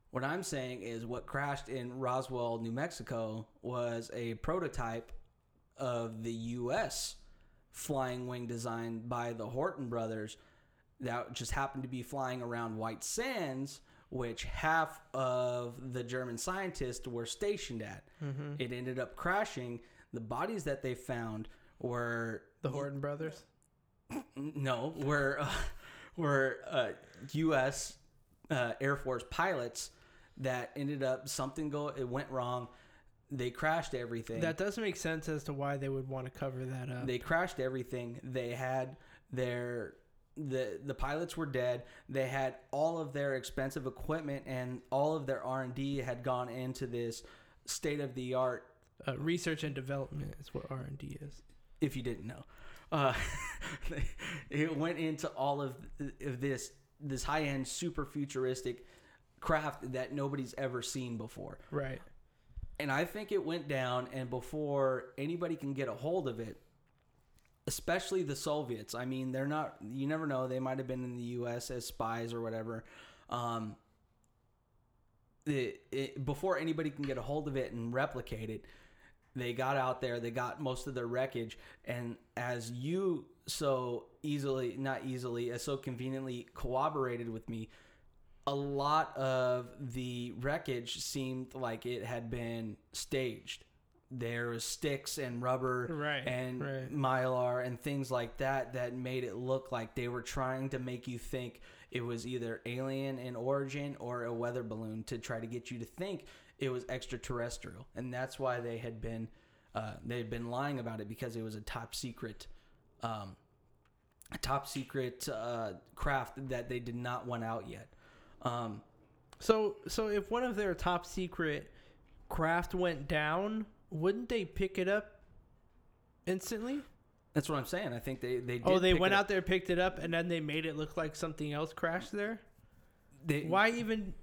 B: What I'm saying is, what crashed in Roswell, New Mexico, was a prototype of the U.S. flying wing designed by the Horton brothers that just happened to be flying around White Sands, which half of the German scientists were stationed at. It ended up crashing. The bodies that they found were
A: The Horton brothers.
B: N- No, we're uh, we're uh, U.S. Uh, Air Force pilots that ended up something go it went wrong. They crashed everything.
A: That does make sense as to why they would want to cover that up.
B: They crashed everything. They had their the the pilots were dead. They had all of their expensive equipment and all of their R and D had gone into this state of the art.
A: uh, research and development is what R and D is.
B: If you didn't know, uh, it went into all of, th- of this this high end, super futuristic craft that nobody's ever seen before.
A: Right.
B: And I think it went down, and before anybody can get a hold of it, especially the Soviets. I mean, they're not, you never know, they might have been in the US as spies or whatever. Um, it, it, before anybody can get a hold of it and replicate it, they got out there, they got most of their wreckage. And as you so easily, not easily, as so conveniently cooperated with me, a lot of the wreckage seemed like it had been staged. There was sticks and rubber
A: Right,
B: and
A: right.
B: mylar and things like that that made it look like they were trying to make you think it was either alien in origin or a weather balloon to try to get you to think it was extraterrestrial. And that's why they had been uh, they had been lying about it because it was a top secret um, a top secret uh, craft that they did not want out yet. Um,
A: So so if one of their top secret craft went down, wouldn't they pick it up instantly?
B: that's what I'm saying. I think they they did
A: Oh, they
B: pick
A: went
B: it up.
A: out there, picked it up, and then they made it look like something else crashed there.
B: They,
A: Why even?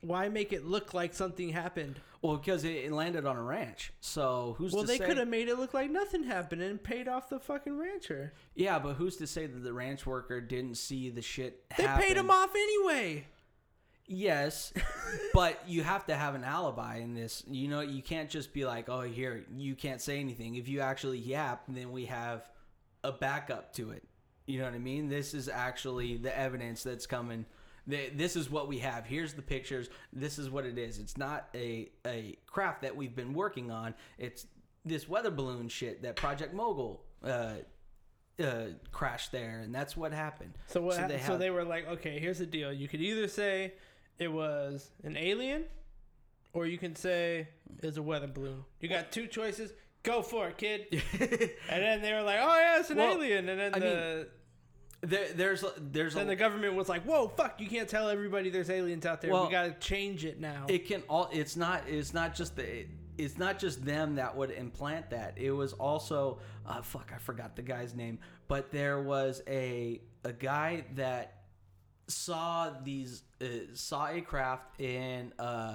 A: Why make it look like something happened?
B: Well, because it, it landed on a ranch. So who's
A: Well,
B: to
A: they
B: say-
A: could have made it look like nothing happened and paid off the fucking rancher.
B: Yeah, but who's to say that the ranch worker didn't see the shit?
A: They paid
B: happen?
A: him off anyway.
B: Yes, but you have to have an alibi in this. You know, you can't just be like, "Oh, here, you can't say anything." If you actually yap, then we have a backup to it. You know what I mean? This is actually the evidence that's coming. Th- This is what we have. Here's the pictures. This is what it is. It's not a a craft that we've been working on. It's this weather balloon shit that Project Mogul uh, uh, crashed there, and that's what happened.
A: So what? So they, so
B: have-
A: they were like, okay, here's the deal. You could either say it was an alien, or you can say it's a weather balloon. You got two choices. Go for it, kid. and then they were like, oh yeah, it's an
B: Well,
A: alien. And then
B: I
A: the
B: there, there's there's a
A: then the government was like, whoa, fuck, you can't tell everybody there's aliens out there.
B: Well,
A: we gotta change it now.
B: it can all it's not it's not just the it's not just them that would implant that it was also uh, fuck i forgot the guy's name but there was a a guy that saw these uh, saw a craft in uh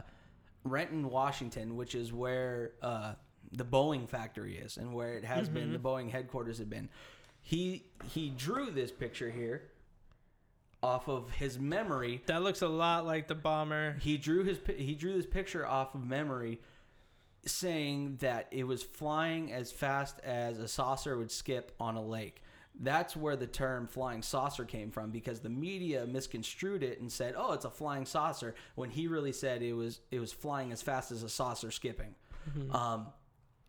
B: renton washington which is where uh the boeing factory is and where it has been the boeing headquarters had been he he drew this picture here off of his memory
A: that looks a lot like the bomber.
B: he drew his pi- he drew this picture off of memory saying that it was flying as fast as a saucer would skip on a lake that's where the term flying saucer came from because the media misconstrued it and said oh it's a flying saucer when he really said it was it was flying as fast as a saucer skipping um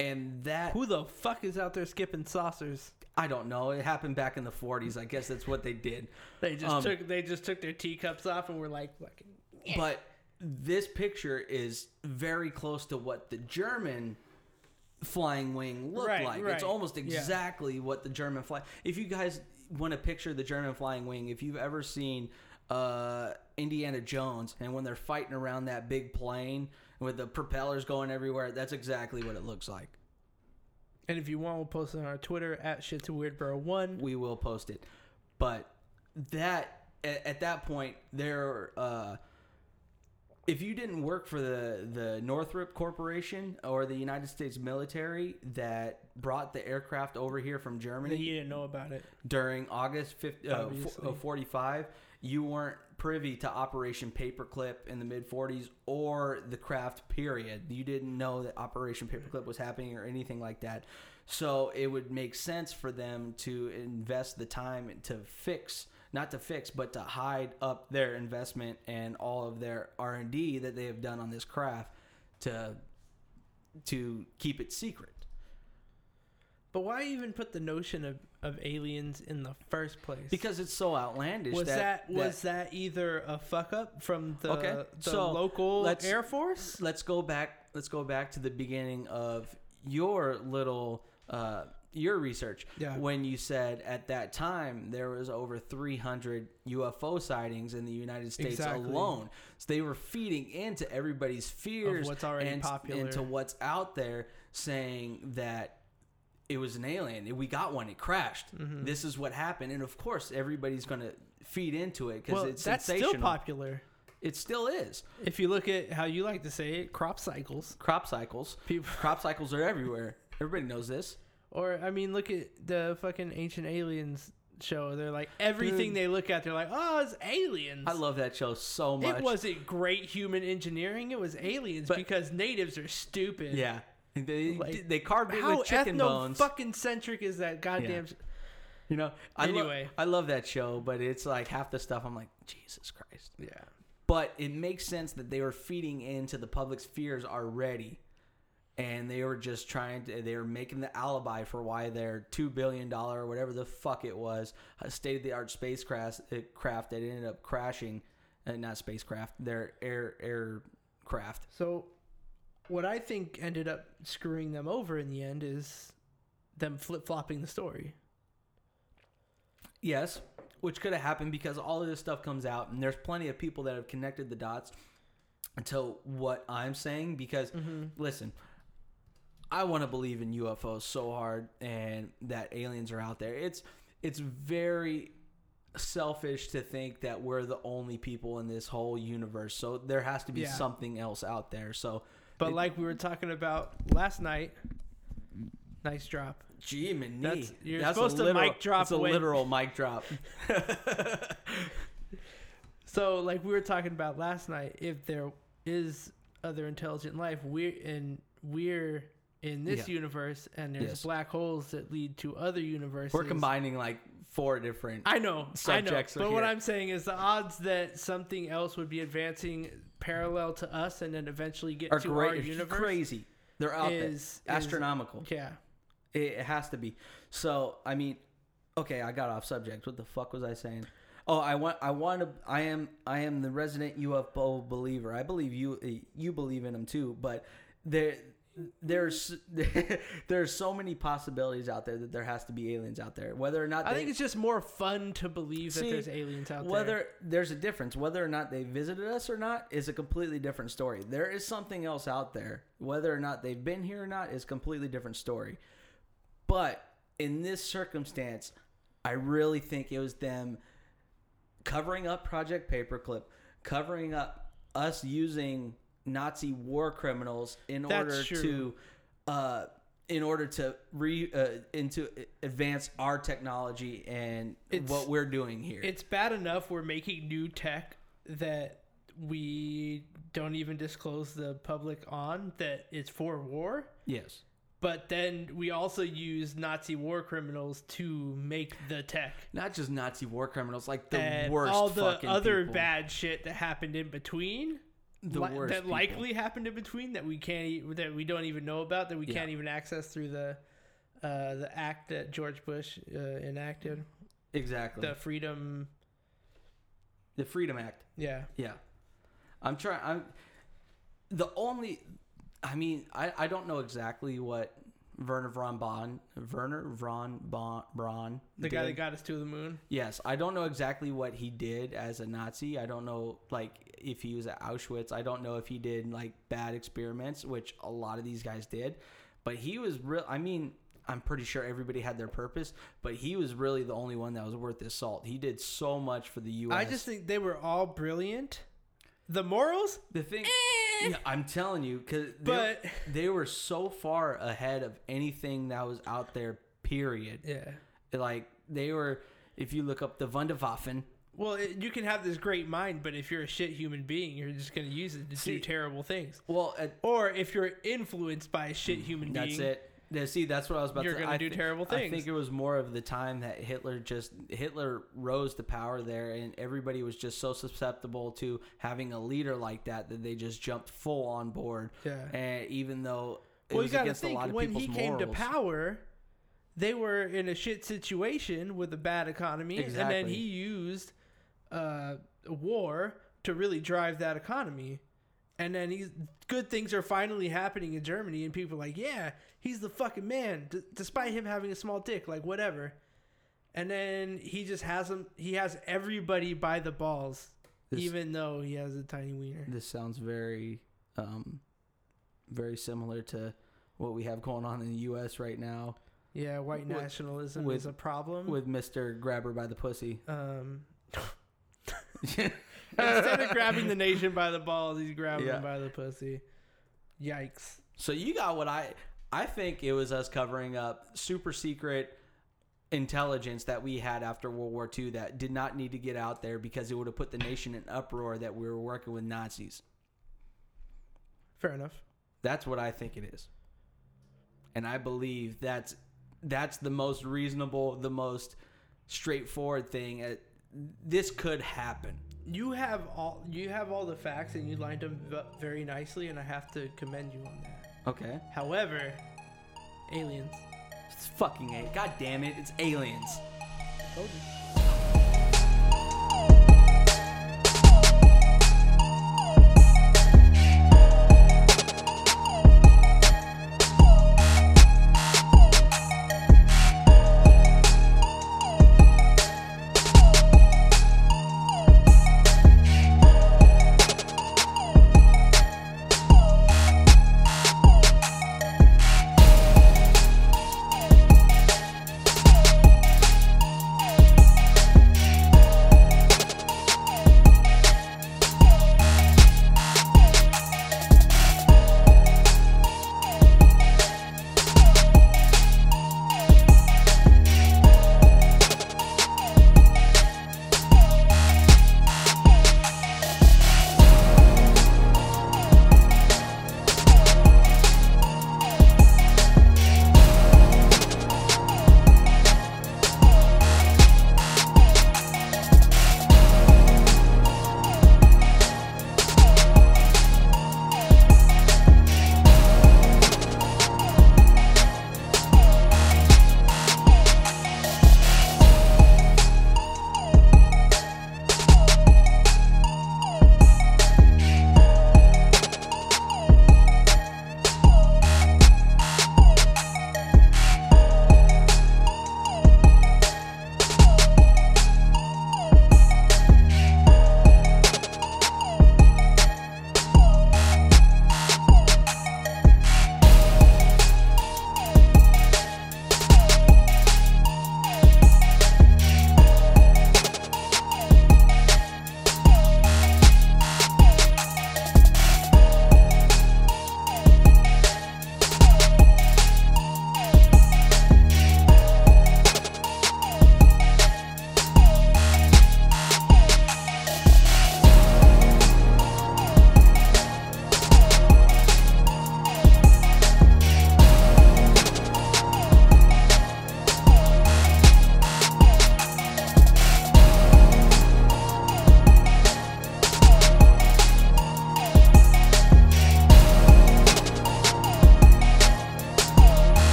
B: and that
A: Who the fuck is out there skipping saucers?
B: i don't know it happened back in the 40s i guess that's what they did
A: They just
B: Um,
A: took they just took their teacups off and were like, fucking
B: but this picture is very close to what the German flying wing looked
A: Right,
B: like.
A: right.
B: It's almost
A: Yeah.
B: exactly what the German fly. If you guys want to picture the German flying wing, if you've ever seen uh, Indiana Jones and when they're fighting around that big plane with the propellers going everywhere, that's exactly what it looks like.
A: And if you want, we'll post it on our Twitter at shit to weird bro one.
B: we will post it. But that at, at that point, there. Uh, if you didn't work for the the Northrop Corporation or the United States military that brought the aircraft over here from Germany,
A: You didn't know about it.
B: during August 50, uh,
A: Obviously.
B: f- uh, 45, you weren't privy to Operation Paperclip in the mid 40s or the craft period. You didn't know that Operation Paperclip was happening or anything like that. So it would make sense for them to invest the time to fix not to fix but to hide up their investment and all of their R&D that they have done on this craft to to keep it secret.
A: But why even put the notion of, of aliens in the first place?
B: Because it's so outlandish
A: was that, was that either a fuck up from the,
B: Okay,
A: the
B: so
A: local
B: let's-
A: air force?
B: let's go back let's go back to the beginning of your little uh, your research
A: Yeah.
B: when you said at that time there was over 300 UFO sightings in the United States
A: Exactly.
B: alone. So they were feeding into everybody's fears
A: what's already
B: and
A: popular.
B: into what's out there saying that it was an alien. We got one. It crashed.
A: Mm-hmm.
B: This is what happened. And of course, everybody's going to feed into it because
A: Well,
B: it's
A: that's
B: sensational.
A: still popular.
B: it still is.
A: If you look at how you like to say it, crop cycles.
B: Crop cycles.
A: People,
B: Crop cycles are everywhere. Everybody knows this.
A: or I mean, look at the fucking Ancient Aliens show. They're like everything
B: Dude.
A: they look at, they're like, oh, it's aliens.
B: I love that show so much.
A: it wasn't great human engineering. It was aliens
B: But-
A: because natives are stupid.
B: Yeah. They,
A: Like,
B: they carved it
A: How
B: with chicken
A: ethno
B: bones.
A: fucking centric is that goddamn?
B: Yeah. You know, I lo-
A: Anyway.
B: I love that show, but it's like half the stuff I'm like, Jesus Christ.
A: Yeah.
B: But it makes sense that they were feeding into the public's fears already. And they were just trying to, they were making the alibi for why their $2 billion, whatever the fuck it was, state of the art spacecraft uh, craft that ended up crashing, uh, not spacecraft, their air aircraft.
A: So, what I think ended up screwing them over in the end is them flip flopping the story.
B: Yes, which could have happened because all of this stuff comes out, and there's plenty of people that have connected the dots to what I'm saying. Because
A: Mm-hmm.
B: listen, I want to believe in UFOs so hard, and that aliens are out there. It's it's very selfish to think that we're the only people in this whole universe. So there has to be
A: Yeah.
B: something else out there. So,
A: But
B: It-
A: like we were talking about last night, nice drop.
B: gee, man,
A: That's- you're supposed to mic drop
B: It's a
A: when-
B: literal mic drop.
A: So like we were talking about last night, if there is other intelligent life, we're in we're in this
B: Yeah.
A: universe, and there's
B: Yes.
A: black holes that lead to other universes.
B: We're combining like four different.
A: I know,
B: Subjects
A: I
B: are
A: know. But what
B: here.
A: I'm saying is the odds that something else would be advancing parallel to us and then eventually get
B: are
A: to
B: great.
A: our
B: it's
A: universe.
B: crazy. They're out
A: is- is-
B: there. Astronomical.
A: Yeah.
B: It has to be. So I mean, okay, I got off subject. What the fuck was I saying? Oh, I want. I want to. I am. I am the resident UFO believer. I believe you. eh, You believe in them too. But there, there's there's so many possibilities out there that there has to be aliens out there. Whether or not
A: I
B: they,
A: think it's just more fun to believe
B: See,
A: that there's aliens out
B: whether
A: there.
B: there's a difference whether or not they visited us or not is a completely different story there is something else out there whether or not they've been here or not is a completely different story but in this circumstance i really think it was them covering up project paperclip covering up us using nazi war criminals in
A: That's
B: order
A: true.
B: to uh, in order to re uh, into advance our technology and
A: It's-
B: what we're doing here
A: It's bad enough we're making new tech that we don't even disclose the public on that it's for war.
B: Yes.
A: But then we also use Nazi war criminals to make the tech.
B: Not just Nazi war criminals, like the
A: and
B: worst
A: all the
B: fucking
A: other
B: people.
A: bad shit that happened in between
B: the
A: li-
B: worst
A: that
B: people.
A: likely happened in between that we can't e- that we don't even know about that we
B: Yeah.
A: can't even access through the uh, the act that George Bush uh, enacted
B: exactly
A: the
B: the,
A: freedom
B: Freedom Act.
A: yeah
B: Yeah, I'm trying. I'm the only. I mean, I, I don't know exactly what Werner von Braun Werner von Braun, Braun
A: the guy
B: did.
A: that got us to the moon
B: Yes, I don't know exactly what he did as a Nazi. I don't know like if he was at Auschwitz. I don't know if he did like bad experiments, which a lot of these guys did. But he was real. I mean, I'm pretty sure everybody had their purpose, but he was really the only one that was worth the salt. He did so much for the U.S.
A: I just think they were all brilliant the morals
B: the thing. Yeah, I'm telling you, because
A: But-
B: they were so far ahead of anything that was out there. Period.
A: yeah
B: Like they were. If you look up the Wunderwaffen,
A: well it, you can have this great mind but if you're a shit human being you're just going to use it to
B: See-
A: do terrible things
B: well, at,
A: or if you're influenced by a shit human
B: That's
A: being
B: it. Now, see, that's what I was about
A: You're
B: to
A: gonna
B: I
A: do terrible
B: I
A: things.
B: think it was more of the time that Hitler just Hitler rose to power there, and everybody was just so susceptible to having a leader like that that they just jumped full on board.
A: Yeah.
B: And even though it
A: well, you
B: was
A: got to
B: against a
A: think
B: lot of
A: when
B: people's
A: he came
B: morals.
A: to power, they were in a shit situation with a bad economy, and then
B: Exactly.
A: he used uh, war to really drive that economy. And then he's good things are finally happening in Germany, and people are like, yeah, he's the fucking man, d- despite him having a small dick, like whatever. And then he just has him. He has everybody by the balls,
B: This-
A: even though he has a tiny wiener.
B: This sounds very, um, very similar to what we have going on in the U.S. right now
A: Yeah, white
B: With-
A: nationalism
B: with-
A: is a problem.
B: with Mister Grabber by the pussy.
A: um, instead of grabbing the nation by the balls, he's grabbing
B: Yeah.
A: them by the pussy. Yikes!
B: So you got what I I think it was us covering up super secret intelligence that we had after World War II that did not need to get out there because it would have put the nation in uproar that we were working with Nazis.
A: Fair enough.
B: That's what I think it is. And I believe that's that's the most reasonable, the most straightforward thing. Uh, This could happen.
A: You have all you have all the facts, and you lined them up very nicely, and I have to commend you on that.
B: Okay.
A: However, aliens.
B: It's fucking it. God damn it. It's aliens.
A: Told you.